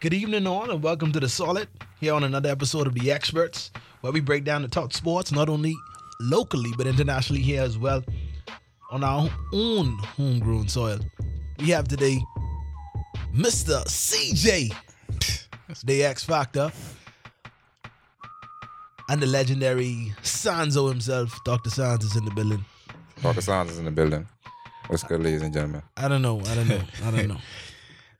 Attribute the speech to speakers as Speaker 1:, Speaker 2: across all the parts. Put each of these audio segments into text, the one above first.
Speaker 1: Good evening, all, and welcome to The Solid here on another episode of The Experts, where we break down the top sports, not only locally, but internationally here as well, on our own homegrown soil. We have today Mr. CJ, the X Factor, and the legendary Sanzo himself, Dr. Sanz is in the building.
Speaker 2: Parker Sands is in the building. What's good, ladies and gentlemen?
Speaker 1: I don't know, I don't know, I don't know.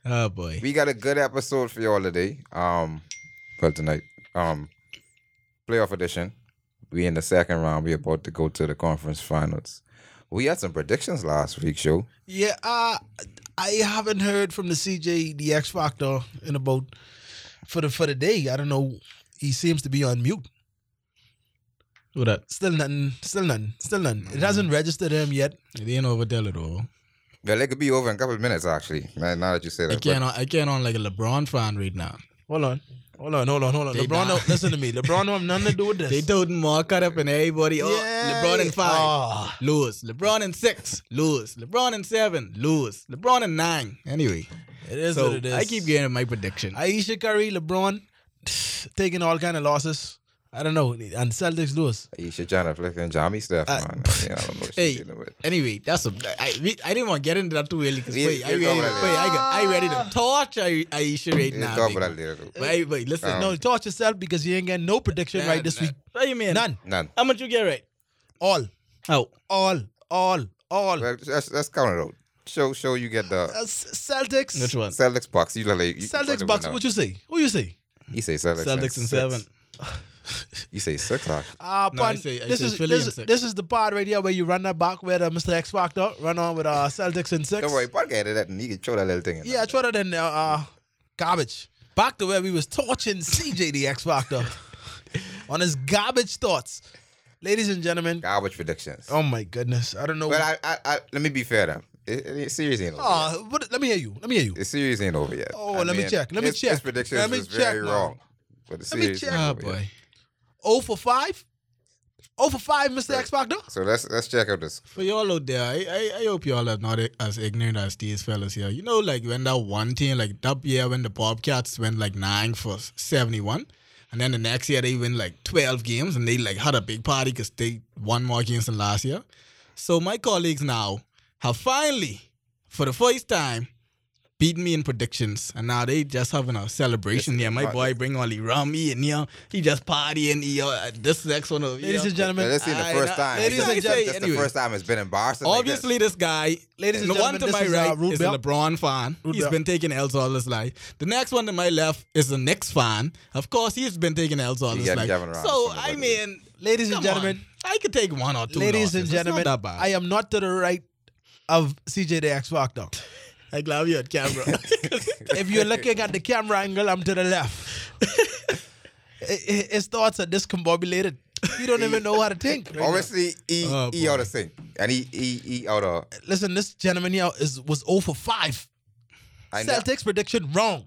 Speaker 3: Oh boy.
Speaker 2: We got a good episode for y'all today. Um, well tonight. Um, playoff edition. We in the second round. We about to go to the conference finals. We had some predictions last week, show.
Speaker 1: Yeah, uh, I haven't heard from the CJ the X Factor in about for the for the day. I don't know. He seems to be on mute.
Speaker 3: What that? Mm.
Speaker 1: Still nothing. Still nothing. Still nothing. It hasn't registered him yet.
Speaker 3: It ain't over there at all.
Speaker 2: Well, it could be over in a couple of minutes, actually. Now, now that you say
Speaker 3: I
Speaker 2: that, but
Speaker 3: can't I can't on like a LeBron fan right now.
Speaker 1: Hold on. Hold on. Hold on. Hold on.
Speaker 3: They
Speaker 1: LeBron,
Speaker 3: down.
Speaker 1: don't, listen to me. LeBron don't have nothing to do with this.
Speaker 3: They toting more cut up and everybody. Oh,
Speaker 1: Yeah.
Speaker 3: LeBron in five.
Speaker 1: Ah.
Speaker 3: Lewis. LeBron in six. Lewis. LeBron in seven. Lewis. LeBron in nine. Anyway.
Speaker 1: it is
Speaker 3: so
Speaker 1: what it is.
Speaker 3: I keep getting my prediction.
Speaker 1: Aisha Curry, LeBron, taking all kind of losses. I don't know. And Celtics lose.
Speaker 2: Aisha Janet flicking Jamie stuff,
Speaker 1: Uh,
Speaker 2: man. I, mean, I don't know what she's
Speaker 3: Hey.
Speaker 2: dealing with.
Speaker 3: Anyway, that's a. I, we- I didn't want to get into that too early because
Speaker 2: We-
Speaker 3: wait, I
Speaker 2: we'll
Speaker 3: ready
Speaker 2: talk
Speaker 3: to
Speaker 2: about that
Speaker 3: wait, I, got- I ready to torch Ai- Aisha right
Speaker 2: We'll
Speaker 3: now.
Speaker 2: talk
Speaker 3: big
Speaker 2: about that
Speaker 3: man.
Speaker 2: later, though.
Speaker 3: Wait, wait, listen.
Speaker 2: Um,
Speaker 1: No, torch yourself because you ain't getting no prediction
Speaker 3: Nah,
Speaker 1: right this
Speaker 3: nah.
Speaker 1: week.
Speaker 3: What do you mean?
Speaker 1: None.
Speaker 2: None.
Speaker 3: How much you get right?
Speaker 1: All.
Speaker 3: Oh,
Speaker 1: All. All. All.
Speaker 2: Well, let's, let's count it out. Show, show you get
Speaker 1: Uh,
Speaker 2: the
Speaker 1: C- Celtics.
Speaker 3: which one?
Speaker 2: Celtics Bucks. You look like you-
Speaker 1: Celtics
Speaker 2: you
Speaker 1: Bucks.
Speaker 2: know.
Speaker 1: What you say? What you say?
Speaker 2: You say Celtics.
Speaker 3: Celtics in
Speaker 2: six.
Speaker 3: seven.
Speaker 2: You say six. actually.
Speaker 1: Ah,
Speaker 3: No, I
Speaker 1: pun-
Speaker 3: say- I
Speaker 1: this
Speaker 3: say
Speaker 1: is
Speaker 3: Philly
Speaker 1: this,
Speaker 3: in
Speaker 1: is-
Speaker 3: six.
Speaker 1: this is the part right here where you run that back with uh, Mr. X Factor, run on with uh, Celtics in 6
Speaker 2: Don't worry, Parker added that, and you can show that little thing. in
Speaker 1: Yeah,
Speaker 2: there.
Speaker 1: it's rather than uh, uh, garbage. Back to where we was torching CJ the X Factor on his garbage thoughts, ladies and gentlemen.
Speaker 2: garbage predictions.
Speaker 1: Oh my goodness, I don't know.
Speaker 2: But I, I, I, let me be fair though. It, it, it series ain't over. yet.
Speaker 1: Ah, what, let me hear you. Let me hear you.
Speaker 2: The series ain't over yet.
Speaker 1: Oh, let me check, let me
Speaker 2: his- His
Speaker 1: check,
Speaker 2: predictions
Speaker 1: let me
Speaker 2: was
Speaker 1: check
Speaker 2: very
Speaker 1: now.
Speaker 2: wrong. But the
Speaker 1: Let me
Speaker 2: series
Speaker 1: check.
Speaker 2: ain't
Speaker 3: Oh
Speaker 2: over yet.
Speaker 3: boy.
Speaker 1: Oh for five. Oh for five, Mr. X Factor.
Speaker 2: So let's let's check out this.
Speaker 3: For y'all out there, I, I, I hope y'all are not as ignorant as these fellas here. You know, like when that one team, like that year when the Bobcats went like nine for 71, and then the next year they win like 12 games and they like had a big party because they won more games than last year. So my colleagues now have finally, for the first time, beaten me in predictions. And now they just having a celebration here. My
Speaker 2: not-
Speaker 3: boy bring all the rummy and here. He just partying here. This next one over
Speaker 1: Ladies
Speaker 3: here.
Speaker 1: and gentlemen,
Speaker 2: this ain't the
Speaker 3: I-
Speaker 2: first
Speaker 3: I-
Speaker 2: time.
Speaker 1: ladies
Speaker 2: This
Speaker 1: and
Speaker 2: is
Speaker 3: gen-
Speaker 2: just the
Speaker 3: anyway.
Speaker 2: first time it's been embarrassing.
Speaker 3: Obviously, this guy,
Speaker 1: Ladies and
Speaker 3: the one
Speaker 1: gentlemen,
Speaker 3: to
Speaker 1: this
Speaker 3: my
Speaker 1: is,
Speaker 3: right
Speaker 1: uh, Rude
Speaker 3: is
Speaker 1: Bell.
Speaker 3: a LeBron fan.
Speaker 1: Rude
Speaker 3: he's
Speaker 1: Bell.
Speaker 3: been taking L's all his life. The next one to my left is the Knicks fan. Of course, he's been taking L's all
Speaker 2: He
Speaker 3: his
Speaker 2: got
Speaker 3: life.
Speaker 2: Kevin Rollins
Speaker 3: So
Speaker 2: on the
Speaker 3: I
Speaker 2: bucket.
Speaker 3: mean,
Speaker 1: Ladies and
Speaker 3: come
Speaker 1: gentlemen,
Speaker 3: on. I could take one or two.
Speaker 1: Ladies and
Speaker 3: losses. It's
Speaker 1: gentlemen,
Speaker 3: not that bad.
Speaker 1: I am not to the right of CJ the X Factor.
Speaker 3: I love you at camera.
Speaker 1: if you're looking at the camera angle, I'm to the left. I- I- His thoughts are discombobulated. You don't even know how to think. right now.
Speaker 2: obviously, he
Speaker 3: Oh,
Speaker 2: he out of sync, and he he he out of.
Speaker 1: Listen, this gentleman here is was 0 for 5.
Speaker 2: I ne-
Speaker 1: Celtics prediction wrong.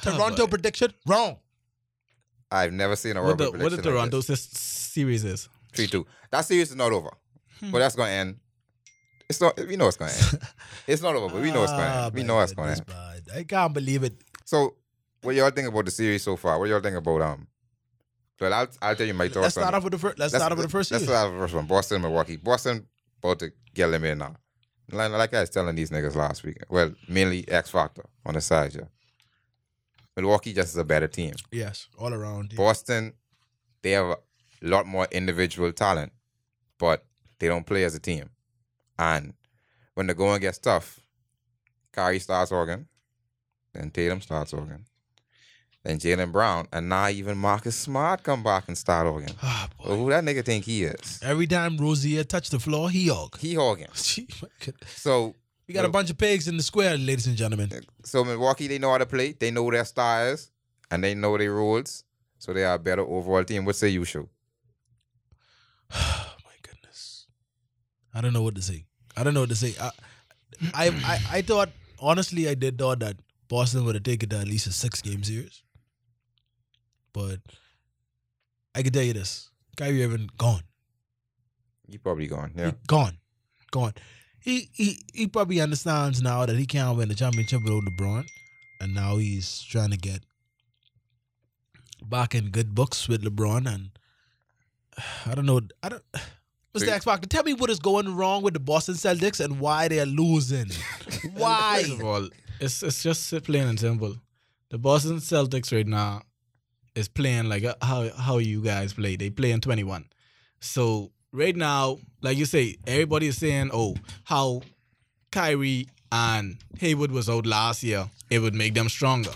Speaker 1: Toronto
Speaker 3: boy.
Speaker 1: prediction wrong.
Speaker 2: I've never seen a
Speaker 3: what
Speaker 2: horrible
Speaker 3: the, what
Speaker 2: prediction.
Speaker 3: the
Speaker 2: like
Speaker 3: Toronto
Speaker 2: this.
Speaker 3: s- series is?
Speaker 2: three two. That series is not over,
Speaker 1: Hmm.
Speaker 2: but that's gonna end. It's not. We know it's gonna end. it's not over, but we know it's gonna
Speaker 1: Ah,
Speaker 2: end. We
Speaker 1: my
Speaker 2: know it's gonna
Speaker 1: goodness,
Speaker 2: end.
Speaker 1: bud. I can't believe it.
Speaker 2: So, what y'all think about the series so far? What y'all think about um? Well, I'll I'll tell you my
Speaker 1: Let's
Speaker 2: thoughts. on-
Speaker 1: start off with the first. Let's start off with the first
Speaker 2: Let's
Speaker 1: series.
Speaker 2: start off with the first one. Boston, Milwaukee. Boston about to get them in now. Like, like I was telling these niggas last week. Well, mainly X Factor on the side, yeah. Milwaukee just is a better team.
Speaker 1: Yes, all around.
Speaker 2: Boston, they have a lot more individual talent, but they don't play as a team. And when the going gets tough, Kyrie starts organ, then Tatum starts organ, then Jalen Brown, and now even Marcus Smart come back and start organ.
Speaker 1: Ah, boy.
Speaker 2: Well, who that nigga think he is?
Speaker 1: Every time Rosier touched the floor, he hog.
Speaker 2: He organ.
Speaker 1: Gee, my goodness.
Speaker 2: So
Speaker 1: we got a bunch of pigs in the square, ladies and gentlemen.
Speaker 2: so Milwaukee, they know how to play. They know their styles and they know their rules. So they are a better overall team. What say you, Show?
Speaker 1: Oh my goodness. I don't know what to say. I don't know what to say. I I I, I thought honestly I did thought that Boston would have taken to at least a six game series. But I can tell you this. Kyrie Irving gone.
Speaker 2: You probably gone. Yeah.
Speaker 1: He gone. Gone. He he he probably understands now that he can't win the championship without LeBron. And now he's trying to get back in good books with LeBron, and I don't know. I don't. Mr.
Speaker 2: you-
Speaker 1: X Factor, tell me what is going wrong with the Boston Celtics and why they're losing. why?
Speaker 3: First of all, it's it's just plain and simple. The Boston Celtics right now is playing like uh, how how you guys play. They play in 21. So right now, like you say, everybody is saying, oh, how Kyrie and Hayward was out last year, it would make them stronger.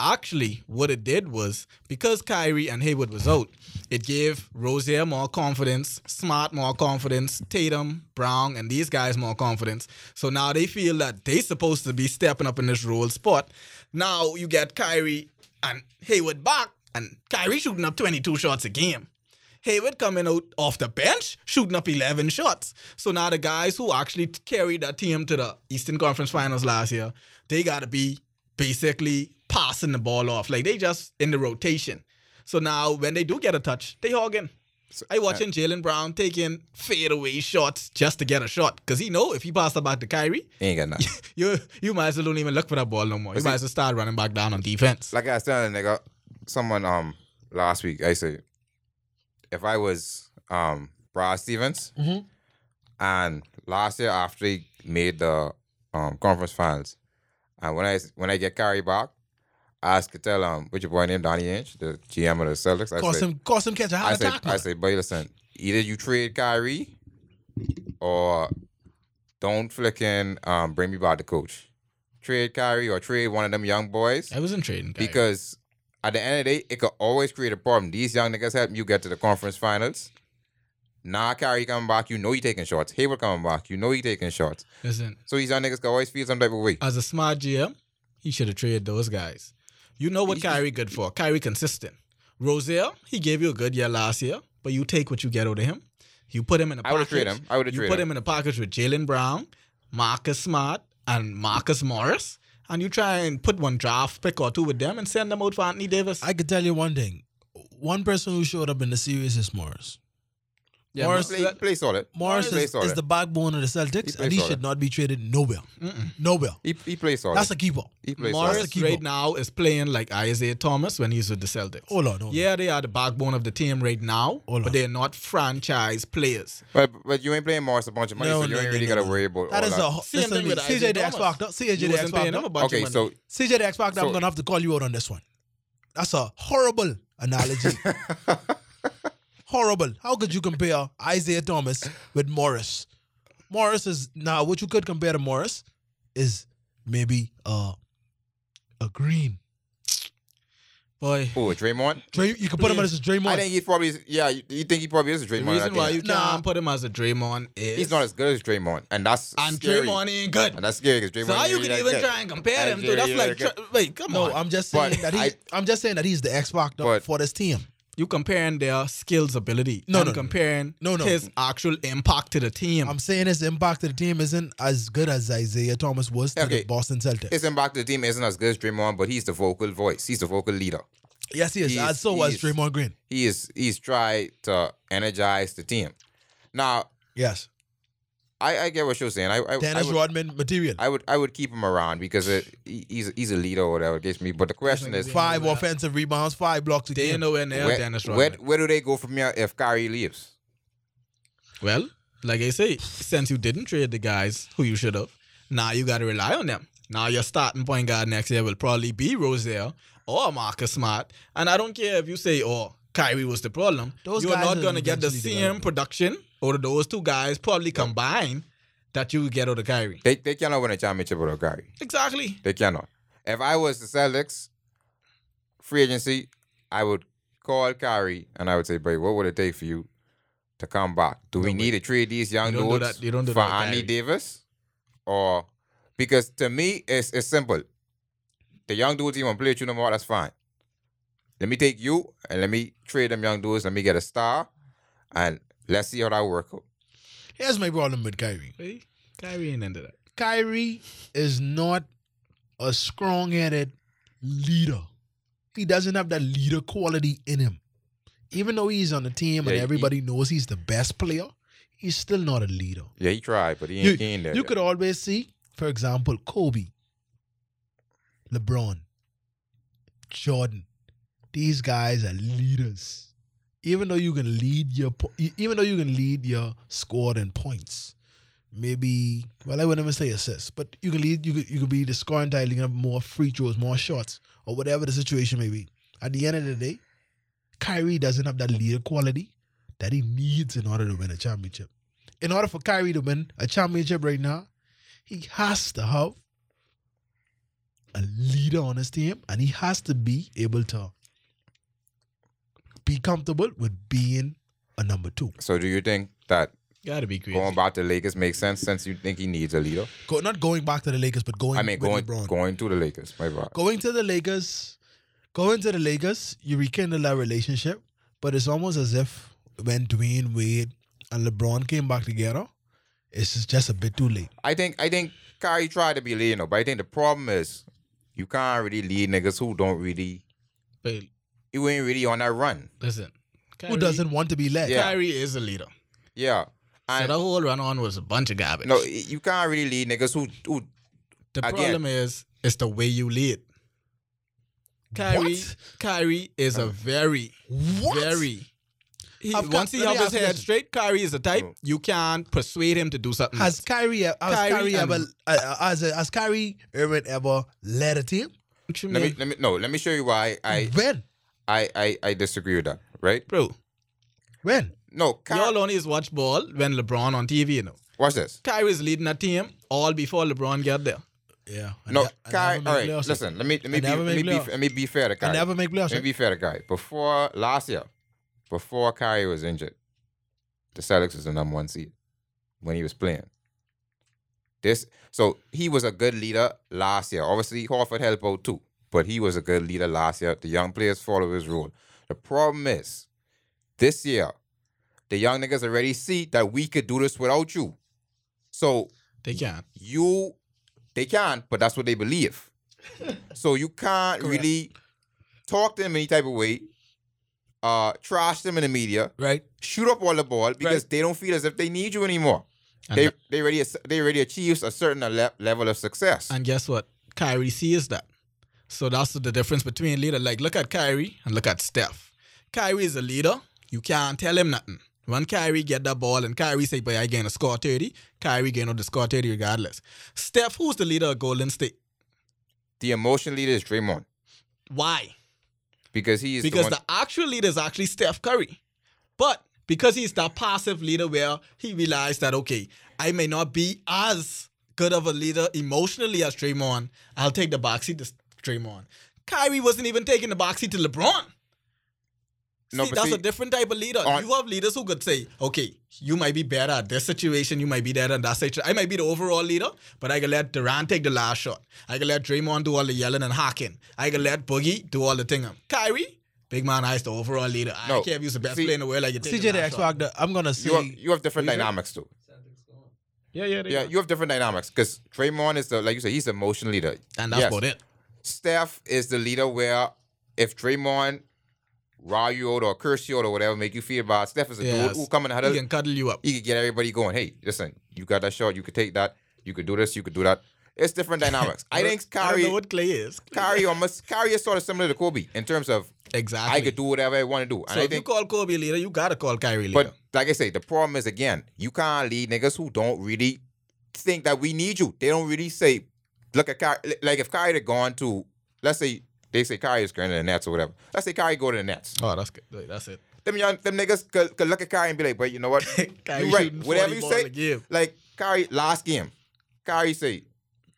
Speaker 3: Actually, what it did was because Kyrie and Hayward was out, it gave Rozier more confidence, Smart more confidence, Tatum, Brown, and these guys more confidence. So now they feel that they're supposed to be stepping up in this role spot. Now you get Kyrie and Hayward back, and Kyrie shooting up 22 shots a game. Hayward coming out off the bench, shooting up 11 shots. So now the guys who actually t- carried that team to the Eastern Conference Finals last year, they got to be basically passing the ball off. Like they just in the rotation. So now when they do get a touch, they hogging.
Speaker 2: So-
Speaker 3: I watching Jalen Brown taking fadeaway shots just to get a shot because he know if he passed about to Kyrie,
Speaker 2: He ain't got nothing.
Speaker 3: you you might as well don't even look for that ball no more. You
Speaker 2: But
Speaker 3: might
Speaker 2: see-
Speaker 3: as well start running back down on defense.
Speaker 2: like I was telling a nigga, someone um last week, I said, if I was um Brad Stevens,
Speaker 1: Mhm.
Speaker 2: and last year after he made the um conference finals, and when I when I get carried back, I asked to tell um which your boy named Donnie Inch, the GM of the Celtics. I
Speaker 1: Cause
Speaker 2: said,
Speaker 1: him, cause him catch a
Speaker 2: I
Speaker 1: heart
Speaker 2: said,
Speaker 1: attack.
Speaker 2: I
Speaker 1: man.
Speaker 2: said, buddy, listen, either you trade Kyrie or don't flicking um bring me back the coach. Trade Kyrie or trade one of them young boys.
Speaker 3: I wasn't trading Kyrie.
Speaker 2: Because at the end of the day, it could always create a problem. These young niggas helping you get to the conference finals. Nah, Kyrie coming back, you know he taking shots. Hayward coming back, you know he taking shots.
Speaker 3: listen,
Speaker 2: So these young niggas can always feel some type of way.
Speaker 3: as a smart GM, he should have traded those guys. You know what
Speaker 2: He-
Speaker 3: Kyrie good for? Kyrie consistent. Rozier, he gave you a good year last year, but you take what you get out of him. You put him in
Speaker 2: I
Speaker 3: a package.
Speaker 2: would've traded him. I would've
Speaker 3: You
Speaker 2: traded
Speaker 3: put
Speaker 2: him.
Speaker 3: him in a package with Jalen Brown, Marcus Smart, and Marcus Morris, and you try and put one draft pick or two with them and send them out for Anthony Davis.
Speaker 1: I could tell you one thing. One person who showed up in the series is Morris.
Speaker 3: Yeah,
Speaker 1: Morris-
Speaker 2: Play, play solid.
Speaker 1: Morris
Speaker 2: he play
Speaker 1: is, is
Speaker 2: solid.
Speaker 1: the backbone of the Celtics,
Speaker 2: He
Speaker 1: and he
Speaker 2: plays
Speaker 1: should not be traded nowhere.
Speaker 3: Mm-mm.
Speaker 1: Nowhere.
Speaker 2: He, he plays solid.
Speaker 1: That's a keeper.
Speaker 2: he plays solid.
Speaker 3: Morris
Speaker 1: keeper.
Speaker 3: right now is playing like Isaiah Thomas when he's with the Celtics.
Speaker 1: Hold on. Hold
Speaker 3: Yeah, they are the backbone of the team right now,
Speaker 1: Hold on.
Speaker 3: but they're not franchise players.
Speaker 2: But but you ain't playing Morris a bunch of
Speaker 1: on.
Speaker 2: money, so you ain't really gotta worry about
Speaker 1: That
Speaker 2: all
Speaker 1: is
Speaker 2: that.
Speaker 1: a listen
Speaker 3: Same thing
Speaker 1: to me.
Speaker 3: with
Speaker 1: CJ
Speaker 3: Isaiah
Speaker 1: the X
Speaker 3: Thomas.
Speaker 1: Factor. CJ
Speaker 3: You
Speaker 1: the X
Speaker 3: wasn't paying him a
Speaker 1: Factor.
Speaker 3: bunch
Speaker 2: okay,
Speaker 3: of
Speaker 2: so
Speaker 3: money.
Speaker 1: CJ the X Factor. I'm
Speaker 2: So-
Speaker 1: gonna have to call you out on this one. That's a horrible analogy. horrible. How could you compare Isaiah Thomas with Morris? Morris is now what you could compare to Morris is maybe uh, a Green.
Speaker 3: boy.
Speaker 2: oh Draymond.
Speaker 1: Dray, you could put him
Speaker 3: Yeah.
Speaker 1: as a
Speaker 2: I
Speaker 1: Draymond.
Speaker 2: think he's probably yeah. You, you think he probably is a
Speaker 3: The
Speaker 2: Draymond? I
Speaker 3: reason
Speaker 2: think.
Speaker 3: why you can't
Speaker 1: Nah.
Speaker 3: put him as a Draymond is
Speaker 2: he's not as good as Draymond, and that's
Speaker 3: and
Speaker 2: scary.
Speaker 3: Draymond ain't good.
Speaker 2: and that's scary because Draymond.
Speaker 3: So how you
Speaker 2: ain't
Speaker 3: can
Speaker 2: that
Speaker 3: even
Speaker 2: good.
Speaker 3: try and compare them to?
Speaker 2: Isaiah
Speaker 3: That's like,
Speaker 2: ain't that
Speaker 3: tr- wait, come
Speaker 1: No,
Speaker 3: on.
Speaker 1: I'm just saying
Speaker 2: But
Speaker 1: that he.
Speaker 2: I-
Speaker 1: I, am just saying that he's the X Factor
Speaker 2: But-
Speaker 1: for this team.
Speaker 3: you comparing their skills ability.
Speaker 1: No,
Speaker 3: and
Speaker 1: no, no.
Speaker 3: comparing
Speaker 1: No, no.
Speaker 3: his actual impact to the team.
Speaker 1: I'm saying his impact to the team isn't as good as Isaiah Thomas was to the
Speaker 2: Okay.
Speaker 1: Boston Celtics.
Speaker 2: His impact to the team isn't as good as Draymond, but he's the vocal voice. He's the vocal leader.
Speaker 1: yes, he is.
Speaker 2: he's-
Speaker 1: And so was
Speaker 2: he's-
Speaker 1: Draymond Green.
Speaker 2: He is he's tried to energize the team. Now,
Speaker 1: Yes, I,
Speaker 2: I, I get what you're saying. I I, I,
Speaker 1: Dennis
Speaker 2: would,
Speaker 1: Rodman material.
Speaker 2: I would I would keep him around because it, he- he's he's a leader or whatever it gives me. But the question is,
Speaker 3: Fine.
Speaker 1: five
Speaker 3: Yeah.
Speaker 1: offensive rebounds, five blocks a
Speaker 3: they ain't
Speaker 1: game.
Speaker 3: nowhere near
Speaker 2: where,
Speaker 3: Dennis
Speaker 2: where,
Speaker 3: Rodman.
Speaker 2: where do they go from here if Kyrie leaves?
Speaker 3: well, like I say, since you didn't trade the guys who you should have, now you got to rely on them. Now your starting point guard next year will probably be Rozier or Marcus Smart. And I don't care if you say, oh, Kyrie was the problem.
Speaker 1: Those
Speaker 3: you're
Speaker 1: guys
Speaker 3: not
Speaker 1: will
Speaker 3: going to get the
Speaker 1: eventually
Speaker 3: same
Speaker 1: develop.
Speaker 3: production or those two guys probably combined that you get out of Kyrie.
Speaker 2: They they cannot win a championship without Kyrie.
Speaker 3: Exactly.
Speaker 2: They cannot. If I was the Celtics free agency, I would call Kyrie and I would say, "Babe, what would it take for you to come back? Do we
Speaker 3: Don't
Speaker 2: need to trade these young
Speaker 3: You don't do
Speaker 2: dudes
Speaker 3: that- you don't do
Speaker 2: for
Speaker 3: that with
Speaker 2: Andy
Speaker 3: Kyrie.
Speaker 2: Davis?" Or because to me, it's it's simple. The young dudes even play with you no more. That's fine. Let me take you and let me trade them young dudes. Let me get a star, and let's see how that work out.
Speaker 1: Here's my problem with Kyrie.
Speaker 3: See? Kyrie ain't into that.
Speaker 1: Kyrie is not a strong-headed leader. He doesn't have that leader quality in him. Even though he's on the team
Speaker 2: Yeah,
Speaker 1: and
Speaker 2: he-
Speaker 1: everybody knows he's the best player, he's still not a leader.
Speaker 2: Yeah, he tried, but he ain't
Speaker 1: You-
Speaker 2: keen there.
Speaker 1: You
Speaker 2: yet.
Speaker 1: could always see, for example, Kobe, LeBron, Jordan. these guys are leaders. Even though you can lead your, po- e- even though you can lead your squad in points, maybe well I would never say assists, but you can lead. You could you could be the scoring title. You can have more free throws, more shots, or whatever the situation may be. At the end of the day, Kyrie doesn't have that leader quality that he needs in order to win a championship. In order for Kyrie to win a championship right now, he has to have a leader on his team, and he has to be able to be comfortable with being a number two.
Speaker 2: So do you think that
Speaker 3: Gotta be crazy.
Speaker 2: going back to the Lakers makes sense since you think he needs a leader?
Speaker 1: Go, not going back to the Lakers, but going.
Speaker 2: I mean,
Speaker 1: with
Speaker 2: going
Speaker 1: LeBron.
Speaker 2: going to the Lakers. My bad.
Speaker 1: going to the Lakers, going to the Lakers, you rekindle that relationship, but it's almost as if when Dwayne Wade and LeBron came back together, it's just- just a bit too late.
Speaker 2: I think I think Kyrie tried to be leading, though, but I think the problem is you can't really lead niggas who don't really
Speaker 3: But
Speaker 2: you ain't really on that run.
Speaker 3: listen, Kyrie,
Speaker 1: Who doesn't want to be led?
Speaker 2: Yeah.
Speaker 3: Kyrie is a leader.
Speaker 2: Yeah.
Speaker 3: so
Speaker 2: And
Speaker 3: that whole run on was a bunch of garbage.
Speaker 2: no, you can't really lead niggas who who
Speaker 3: the
Speaker 2: again-
Speaker 3: problem is it's the way you lead. Kyrie,
Speaker 1: What?
Speaker 3: Kyrie is a very,
Speaker 1: What?
Speaker 3: very. He,
Speaker 1: I've got-
Speaker 3: once he
Speaker 1: let me
Speaker 3: have his
Speaker 1: ask you
Speaker 3: head
Speaker 1: this.
Speaker 3: straight, Kyrie is the type
Speaker 2: Mm.
Speaker 3: you can't persuade him to do something.
Speaker 1: Has Kyrie, has Kyrie,
Speaker 3: Kyrie and-
Speaker 1: ever, uh, uh, has, uh, has Kyrie Irving ever led a team?
Speaker 3: else.
Speaker 2: let me let me no, let me show you why I
Speaker 1: when?
Speaker 2: I I, I disagree with that, right?
Speaker 3: bro.
Speaker 1: When?
Speaker 2: No, Kyrie,
Speaker 3: Y'all only is watch ball when LeBron on TV, you know.
Speaker 2: watch this.
Speaker 3: Kyrie's leading a team all before LeBron get there.
Speaker 1: Yeah. I
Speaker 2: No,
Speaker 1: ne- I
Speaker 2: Kyrie.
Speaker 1: never
Speaker 2: All
Speaker 1: make
Speaker 2: right,
Speaker 1: playoffs.
Speaker 2: listen. Let me let me
Speaker 1: I
Speaker 2: be,
Speaker 1: never
Speaker 2: let me
Speaker 1: make
Speaker 2: be
Speaker 1: playoffs.
Speaker 2: let me be fair to
Speaker 1: I
Speaker 2: Kyrie.
Speaker 1: never make playoffs.
Speaker 2: Let me be fair to Kyrie. Before last year, before Kyrie was injured, the Celtics was the number one seed when he was playing. This so he was a good leader last year. Obviously, Horford helped out too, but he was a good leader last year. The young players follow his rule. The problem is, this year, the young niggas already see that we could do this without you. So
Speaker 3: They can't.
Speaker 2: you they can, but that's what they believe. so you can't
Speaker 1: Correct.
Speaker 2: really talk to them any type of way, uh, trash them in the media,
Speaker 1: right?
Speaker 2: shoot up all the ball because they don't feel as if they need you anymore.
Speaker 3: And,
Speaker 2: they they already as- they already achieved a certain le- level of success.
Speaker 3: and guess what? Kyrie sees that. So that's the difference between leader. Like, look at Kyrie and look at Steph. Kyrie is a leader. You can't tell him nothing. When Kyrie get that ball and Kyrie say, but I going to score 30, Kyrie going to score 30 regardless. Steph, who's the leader of Golden State?
Speaker 2: the emotional leader is Draymond
Speaker 3: Why?
Speaker 2: because he is
Speaker 3: because
Speaker 2: the,
Speaker 3: the,
Speaker 2: one,
Speaker 3: actual leader is actually Steph Curry. But because he's that passive leader where he realized that, okay, I may not be as good of a leader emotionally as Draymond, I'll take the backseat to Draymond. Kyrie wasn't even taking the backseat to LeBron.
Speaker 2: No,
Speaker 3: see,
Speaker 2: but
Speaker 3: that's
Speaker 2: see-
Speaker 3: a different type of leader.
Speaker 2: On-
Speaker 3: you have leaders who could say, okay, you might be better at this situation, you might be better at that situation. I might be the overall leader, but I can let Durant take the last shot. I can let Draymond do all the yelling and hacking. I can let Boogie do all the thing. Kyrie, big man, I is the overall leader. I
Speaker 2: No.
Speaker 3: can't use the best
Speaker 2: See-
Speaker 3: player in the world. Like you take
Speaker 1: CJ the
Speaker 3: last
Speaker 1: X
Speaker 3: shot.
Speaker 1: Factor. I'm gonna
Speaker 2: you have,
Speaker 1: say
Speaker 2: you have different dynamics too.
Speaker 3: Yeah, yeah,
Speaker 2: Yeah, you have different dynamics because Draymond is the like you said he's the emotional leader.
Speaker 3: And that's
Speaker 2: Yes.
Speaker 3: about it.
Speaker 2: Steph is the leader where if Draymond raw you out or curse you out or whatever make you feel bad, Steph is a
Speaker 3: Yes.
Speaker 2: dude who come and huddle.
Speaker 3: He can cuddle you up.
Speaker 2: He can get everybody going. Hey, listen, you got that shot. You could take that. You could do this. You could do that. It's different dynamics. I think
Speaker 3: I don't know
Speaker 2: Kyrie,
Speaker 3: what Clay is.
Speaker 2: Kyrie almost Kyrie is sort of similar to Kobe in terms of
Speaker 3: Exactly.
Speaker 2: I could do whatever I want to do. And
Speaker 3: so
Speaker 2: I
Speaker 3: if you
Speaker 2: think,
Speaker 3: call Kobe leader, you gotta call Kyrie leader.
Speaker 2: but like I say, the problem is again, you can't lead niggas who don't really think that we need you. They don't really say, look at Kyrie. Like if Kyrie had gone to, let's say they say Kyrie is going to the Nets or whatever. Let's say Kyrie go to the Nets.
Speaker 3: oh, that's good. Wait, That's it.
Speaker 2: them young them niggas could, could look at Kyrie and be like, but you know what?
Speaker 3: Kyrie
Speaker 2: you right.
Speaker 3: shooting 40
Speaker 2: Whatever you
Speaker 3: ball a
Speaker 2: say,
Speaker 3: game.
Speaker 2: like Kyrie last game, Kyrie say,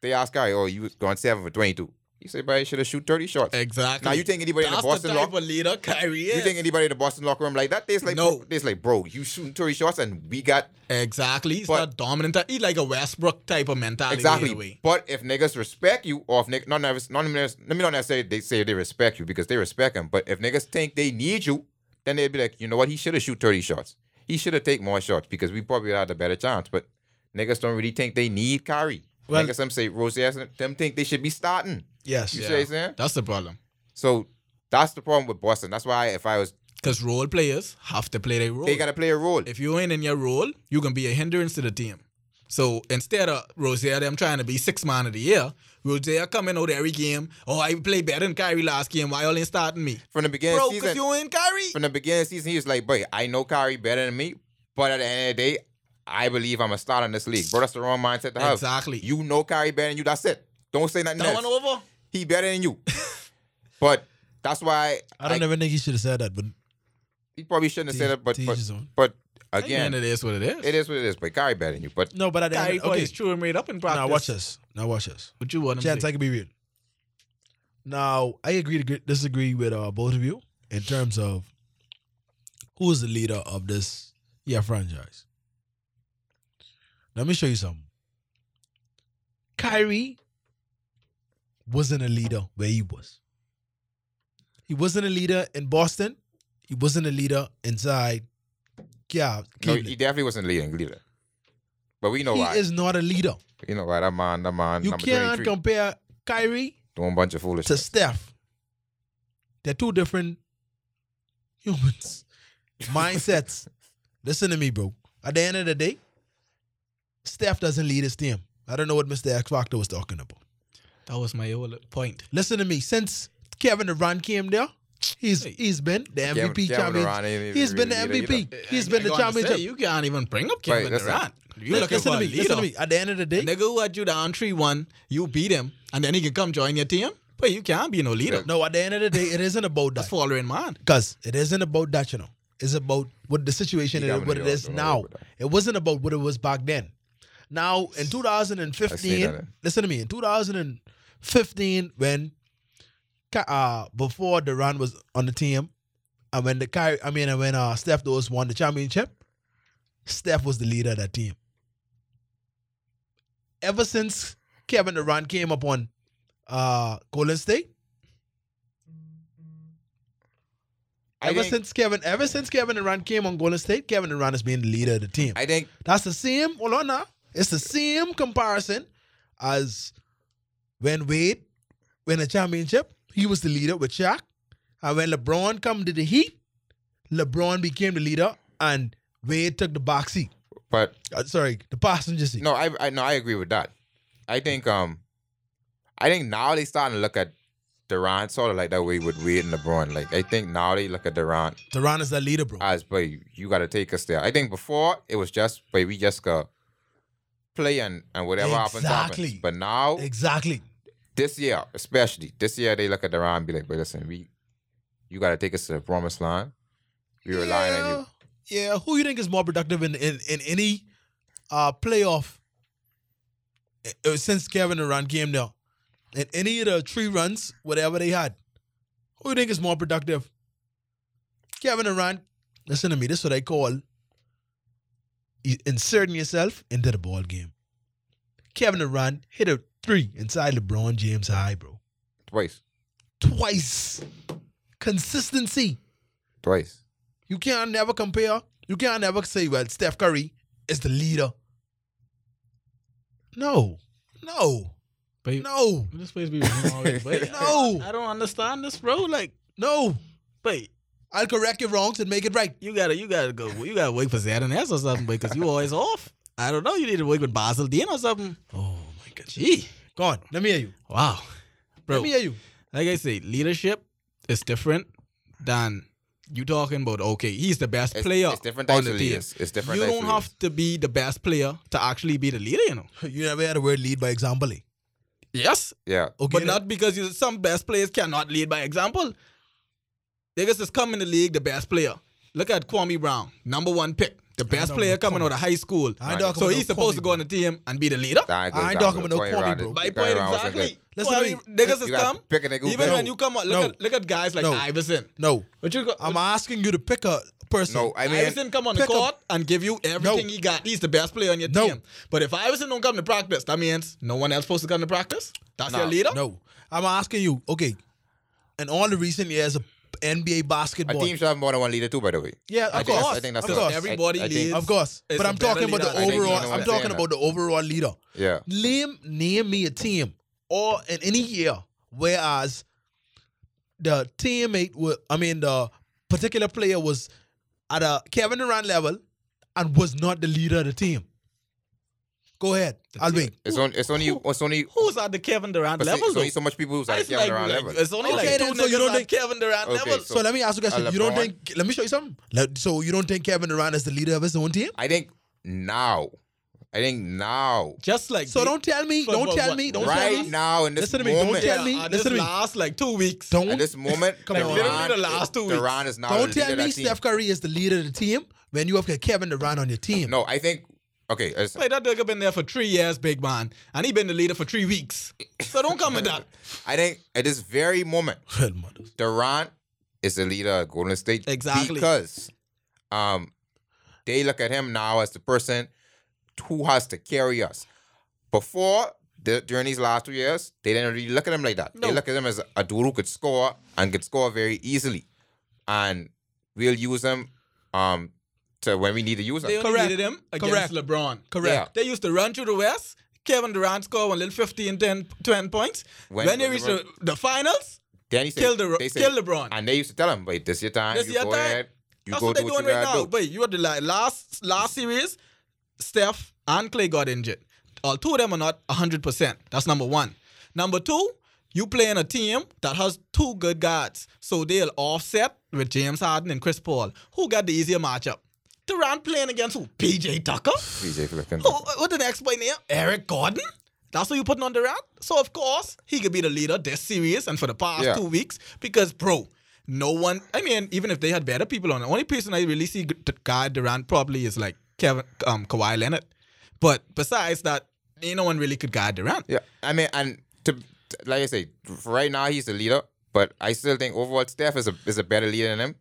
Speaker 2: they asked Kyrie, oh, you was going seven for twenty two. He say, but I should have shoot thirty shots.
Speaker 3: Exactly.
Speaker 2: Now you think anybody in the
Speaker 3: That's
Speaker 2: Boston
Speaker 3: the type
Speaker 2: locker?
Speaker 3: of leader Kyrie is.
Speaker 2: You think anybody in the Boston locker room like that? They's like,
Speaker 3: No.
Speaker 2: they's like, bro, you shooting thirty shots and we got
Speaker 3: exactly. He's
Speaker 2: But-
Speaker 3: not dominant. He's like a Westbrook type of mentality. in a
Speaker 2: Exactly.
Speaker 3: way.
Speaker 2: But if niggas respect you, or if niggas, not, never, not, let me not necessarily they say they respect you because they respect him. But if niggas think they need you, then they'd be like, you know what? He should have shoot 30 shots. He should have take more shots because we probably had a better chance. But niggas don't really think they need Kyrie.
Speaker 1: Well-
Speaker 2: niggas, them say, Rose, them think they should be starting.
Speaker 1: yes.
Speaker 2: You see what I'm saying?
Speaker 3: That's the problem.
Speaker 2: So that's the problem with Boston. That's why if I was,
Speaker 3: Because role players have to play their role.
Speaker 2: they got to play a role.
Speaker 3: if you ain't in your role, you can be a hindrance to the team. So instead of Rosier, them trying to be six man of the year, Rosier coming out every game. Oh, I play better than Kyrie last game. Why y'all ain't starting me?
Speaker 2: From the beginning
Speaker 3: Bro,
Speaker 2: of the
Speaker 3: because
Speaker 2: season,
Speaker 3: you ain't Kyrie.
Speaker 2: from the beginning of the season, he was like, "Boy, I know Kyrie better than me, but at the end of the day, I believe I'm a star in this league." Bro, that's the wrong mindset to have.
Speaker 3: Exactly.
Speaker 2: You know Kyrie better than you. That's it. Don't say nothing
Speaker 3: that
Speaker 2: else.
Speaker 3: one over.
Speaker 2: He better than you. but that's why
Speaker 1: I don't
Speaker 2: know.
Speaker 1: ever think he should have said that, but
Speaker 2: He probably shouldn't have said
Speaker 1: Teach-
Speaker 2: it, but
Speaker 1: teach
Speaker 2: but,
Speaker 1: his own.
Speaker 2: but again,
Speaker 3: Again, it is what it is.
Speaker 2: it is what it is. But Kyrie better than you. But
Speaker 1: no, but I
Speaker 3: Kyrie
Speaker 1: didn't.
Speaker 3: put
Speaker 1: Okay,
Speaker 3: his true and made up in practice.
Speaker 1: now watch this. Now watch this.
Speaker 3: What you want him to
Speaker 1: Chance,
Speaker 3: say?
Speaker 1: I can be real. Now, I agree to gr- disagree with uh, both of you in terms of who is the leader of this yeah franchise. Let me show you something. Kyrie wasn't a leader where he was. He wasn't a leader in Boston. He wasn't a leader inside. Yeah,
Speaker 2: no,
Speaker 1: Cleveland.
Speaker 2: he definitely wasn't leading leader. But we know
Speaker 1: he
Speaker 2: why.
Speaker 1: is not a leader.
Speaker 2: you know why that man, that man,
Speaker 1: You
Speaker 2: number
Speaker 1: can't
Speaker 2: 23,
Speaker 1: compare Kyrie
Speaker 2: doing a bunch of
Speaker 1: to
Speaker 2: foolishness.
Speaker 1: Steph, they're two different humans, mindsets. Listen to me, bro. At the end of the day, Steph doesn't lead his team. I don't know what Mr. X Factor was talking about.
Speaker 3: That was my whole point.
Speaker 1: Listen to me. Since Kevin Durant came there, he's he's been the
Speaker 2: Kevin-
Speaker 1: MVP
Speaker 2: Kevin
Speaker 1: champion.
Speaker 2: Durant ain't
Speaker 1: he's
Speaker 2: really
Speaker 1: been the
Speaker 2: leader either.
Speaker 1: MVP. He's
Speaker 3: I-
Speaker 1: been
Speaker 3: I
Speaker 1: the
Speaker 3: gonna say,
Speaker 1: championship.
Speaker 3: you can't even bring up Kevin
Speaker 2: Wait, listen.
Speaker 3: Durant. You looking
Speaker 1: Listen
Speaker 3: for
Speaker 1: to
Speaker 3: a
Speaker 1: me.
Speaker 3: leader.
Speaker 1: Listen to me. At the end of the day,
Speaker 3: Nigga who had you down three one, you beat him, and then he can come join your team. But you can't be no leader.
Speaker 2: Yeah.
Speaker 1: no. At the end of the day, it isn't about
Speaker 3: That's
Speaker 1: that.
Speaker 3: following man.
Speaker 1: Because it isn't about that, you know. It's about what the situation
Speaker 2: He
Speaker 1: is,
Speaker 2: dominated
Speaker 1: what it
Speaker 2: all-
Speaker 1: is
Speaker 2: all
Speaker 1: now.
Speaker 2: over that.
Speaker 1: It wasn't about what it was back then. Now,
Speaker 2: eh.
Speaker 1: in
Speaker 2: I see that, eh?
Speaker 1: 2015, listen to me, in 2015, when Ka- uh, before Durant was on the team, and when the Kyrie, I mean, and when uh, Steph Dawes won the championship, Steph was the leader of that team. Ever since Kevin Durant came up on uh, Golden State,
Speaker 2: I
Speaker 1: ever
Speaker 2: think,
Speaker 1: since Kevin, ever since Kevin Durant came on Golden State, Kevin Durant has been the leader of the team.
Speaker 2: I think
Speaker 1: That's the same. Hold on now. It's the same comparison as when Wade won a championship. He was the leader with Shaq, and when LeBron come to the Heat, LeBron became the leader, and Wade took the back seat.
Speaker 2: but
Speaker 1: Uh, sorry, the passenger seat.
Speaker 2: no, I I no, I agree with that. I think um, I think now they starting to look at Durant sort of like that way with Wade and LeBron. Like I think now they look at Durant
Speaker 1: Durant is the leader, bro.
Speaker 2: as but you got to take us there. I think before it was just but we just go play and and whatever happens
Speaker 1: Exactly.
Speaker 2: happens. But now
Speaker 1: exactly.
Speaker 2: this year, especially this year, they look at Durant and be like, "But listen, we, you got to take us to the promised line. We relying on you."
Speaker 1: Yeah, yeah. who you think is more productive in in, in any uh playoff uh, uh, since Kevin Durant came there? In any of the three runs, whatever they had, who you think is more productive? Kevin Durant. Listen to me. This is what I call i- inserting yourself into the ball game. Kevin Durant hit a three inside LeBron James high, bro.
Speaker 2: Twice,
Speaker 1: Twice. Consistency.
Speaker 2: twice.
Speaker 1: You can't never compare. You can't never say, well, Steph Curry is the leader. No. No.
Speaker 3: But
Speaker 1: No.
Speaker 3: this place be wrong.
Speaker 2: but-
Speaker 1: No.
Speaker 3: I don't understand this, bro. Like,
Speaker 1: No.
Speaker 3: wait,
Speaker 1: I'll correct your wrongs and make it right.
Speaker 3: you gotta, you gotta go. You gotta wait for Zan S or something because you always off. I don't know. You need to work with Basil Dean or something.
Speaker 1: Oh my goodness.
Speaker 3: Gee,
Speaker 1: Go on. Let me hear you.
Speaker 3: wow, bro.
Speaker 1: Let me hear you.
Speaker 3: like I say, leadership is different than you talking about. Okay, he's the best
Speaker 2: It's,
Speaker 3: player
Speaker 2: it's different
Speaker 3: on
Speaker 2: types
Speaker 3: the
Speaker 2: of
Speaker 3: team.
Speaker 2: leaders. It's different.
Speaker 3: You
Speaker 2: types
Speaker 3: don't
Speaker 2: of leaders.
Speaker 3: have to be the best player to actually be the leader, you know.
Speaker 1: You never had a word lead by example. eh?
Speaker 3: Yes,
Speaker 2: Yeah,
Speaker 1: Okay.
Speaker 3: but
Speaker 1: then-
Speaker 3: not because you, some best players cannot lead by example. Niggas is coming in the league the best player. Look at Kwame Brown, number one pick, the best
Speaker 1: know
Speaker 3: player
Speaker 1: about
Speaker 3: coming out of high school.
Speaker 1: I ain't
Speaker 2: Right.
Speaker 1: talking
Speaker 3: So
Speaker 1: about
Speaker 3: he's
Speaker 1: no
Speaker 3: supposed to
Speaker 1: Kwame,
Speaker 3: go on the team and be the leader.
Speaker 2: That
Speaker 1: I ain't
Speaker 2: goes
Speaker 1: talking
Speaker 2: down to
Speaker 1: about
Speaker 2: the
Speaker 1: no
Speaker 2: point
Speaker 1: Kwame,
Speaker 2: around
Speaker 1: bro.
Speaker 2: it.
Speaker 3: My
Speaker 2: The guy
Speaker 3: point
Speaker 2: around was like
Speaker 3: exactly.
Speaker 2: that.
Speaker 1: Listen to
Speaker 3: Kwame-
Speaker 1: me.
Speaker 3: Niggas
Speaker 2: You
Speaker 3: is
Speaker 2: got to
Speaker 3: come.
Speaker 2: pick a nigga who
Speaker 3: Even
Speaker 2: better.
Speaker 3: when you come out, look
Speaker 1: No.
Speaker 3: at look at guys like
Speaker 1: No.
Speaker 3: Iverson.
Speaker 1: No.
Speaker 3: What you got?
Speaker 1: I'm asking you to pick a person.
Speaker 2: No, I mean,
Speaker 3: Iverson come on the
Speaker 1: pick up-
Speaker 3: court and give you everything
Speaker 1: No.
Speaker 3: he got. He's the best player on your
Speaker 1: No.
Speaker 3: team. But if Iverson don't come to practice, that means no one else supposed to come to practice. That's
Speaker 2: Nah,
Speaker 3: your leader.
Speaker 1: no. I'm asking you, okay, in all the recent years of NBA
Speaker 2: a
Speaker 1: basketball.
Speaker 2: team should have more than one league too. By the way,
Speaker 1: yeah,
Speaker 2: I
Speaker 1: of
Speaker 2: think,
Speaker 1: course.
Speaker 2: that's- I think that's
Speaker 1: of
Speaker 2: the-
Speaker 1: course.
Speaker 2: I-
Speaker 3: Everybody
Speaker 2: I think-
Speaker 3: leads.
Speaker 1: Of course,
Speaker 3: It's
Speaker 1: but
Speaker 3: a
Speaker 1: I'm talking
Speaker 3: better
Speaker 1: about the
Speaker 3: leader. I think you
Speaker 1: overall.
Speaker 2: know what
Speaker 1: I'm
Speaker 2: I'm
Speaker 1: talking
Speaker 2: saying,
Speaker 1: about the overall leader.
Speaker 2: Yeah,
Speaker 1: Name name me a team or in any year, whereas the teammate was, I mean, the particular player was at a Kevin Durant level and was not the leader of the team. Go ahead. I'll wait.
Speaker 2: It's only it's only it's only
Speaker 3: Who's at the Kevin Durant
Speaker 2: but see,
Speaker 3: level?
Speaker 2: it's
Speaker 3: though?
Speaker 2: only so much people who's at
Speaker 3: It's
Speaker 2: Kevin
Speaker 3: like,
Speaker 2: Durant
Speaker 3: like,
Speaker 2: level.
Speaker 3: it's only
Speaker 1: Okay, then,
Speaker 3: like two
Speaker 1: so you
Speaker 3: niggas
Speaker 1: don't
Speaker 3: at
Speaker 1: think-
Speaker 3: Kevin Durant
Speaker 2: Okay,
Speaker 3: level.
Speaker 1: So, let me ask you a question.
Speaker 2: Uh,
Speaker 1: You don't
Speaker 2: LeBron?
Speaker 1: think? Let me show you something. Let- so you don't think Kevin Durant is the leader of his own team?
Speaker 2: I think now, I think now,
Speaker 3: Just like
Speaker 1: So
Speaker 3: the-
Speaker 1: don't tell me.
Speaker 3: But-
Speaker 1: Don't
Speaker 3: but
Speaker 1: tell
Speaker 3: what-
Speaker 1: me. Don't tell
Speaker 2: right
Speaker 1: me.
Speaker 2: now in this
Speaker 1: Listen to me, don't
Speaker 2: moment,
Speaker 1: tell me.
Speaker 3: uh,
Speaker 1: listen
Speaker 3: this
Speaker 1: to me.
Speaker 3: last like two weeks.
Speaker 2: at
Speaker 1: Don't
Speaker 2: this moment,
Speaker 1: Come on.
Speaker 2: Durant
Speaker 3: Literally the
Speaker 2: is-
Speaker 3: last two weeks.
Speaker 2: Durant is now
Speaker 1: don't
Speaker 2: the leader
Speaker 1: tell
Speaker 2: of that
Speaker 1: me
Speaker 2: team.
Speaker 1: Steph Curry is the leader of the team when you have Kevin Durant on your team.
Speaker 2: No, I think okay. it's-
Speaker 3: Like that nigga been there for three years, big man, and he been the leader for three weeks. So don't come with that.
Speaker 2: I think at this very moment,
Speaker 1: Well, mothers.
Speaker 2: Durant is the leader of Golden State.
Speaker 3: Exactly.
Speaker 2: Because um they look at him now as the person who has to carry us. Before the, during these last two years, they didn't really look at him like that.
Speaker 3: No.
Speaker 2: They look at him as a dude who could score and could score very easily. And we'll use him um to when we need to use him.
Speaker 3: They only
Speaker 1: Correct.
Speaker 3: needed him against
Speaker 1: Correct.
Speaker 3: LeBron.
Speaker 1: Correct.
Speaker 3: They used to run through the West. Kevin Durant scored one little 15, 10, 20 points.
Speaker 2: When-
Speaker 3: When, they
Speaker 2: when
Speaker 3: reached the,
Speaker 2: LeBron-
Speaker 3: the finals,
Speaker 2: Then he said,
Speaker 3: kill the
Speaker 2: they said-
Speaker 3: kill LeBron.
Speaker 2: And they used to tell him, wait, this your time,
Speaker 3: This
Speaker 2: you
Speaker 3: your
Speaker 2: go
Speaker 3: time."
Speaker 2: ahead, you
Speaker 3: That's
Speaker 2: go
Speaker 3: what
Speaker 2: do
Speaker 3: they're
Speaker 2: what
Speaker 3: doing
Speaker 2: you
Speaker 3: right
Speaker 2: gotta
Speaker 3: now.
Speaker 2: do.
Speaker 3: But you are the like, last last series, Steph and Clay got injured. All two of them are not hundred percent. That's number one. Number two, you playing a team that has two good guards, so they'll offset with James Harden and Chris Paul. Who got the easier matchup? Durant playing against who? PJ Tucker.
Speaker 2: PJ Flippin.
Speaker 3: Who, what the next boy name? Eric Gordon. That's what you putting on Durant. So of course he could be the leader this series and for the past
Speaker 2: Yeah.
Speaker 3: two weeks because bro, no one. I mean, even if they had better people on, the only person I really see g- to guard Durant probably is like Kevin um, Kawhi Leonard. But besides that, ain't no one really could guard Durant.
Speaker 2: Yeah, I mean, and to to- like I say, for right now he's the leader, but I still think overall Steph is a is a better leader than him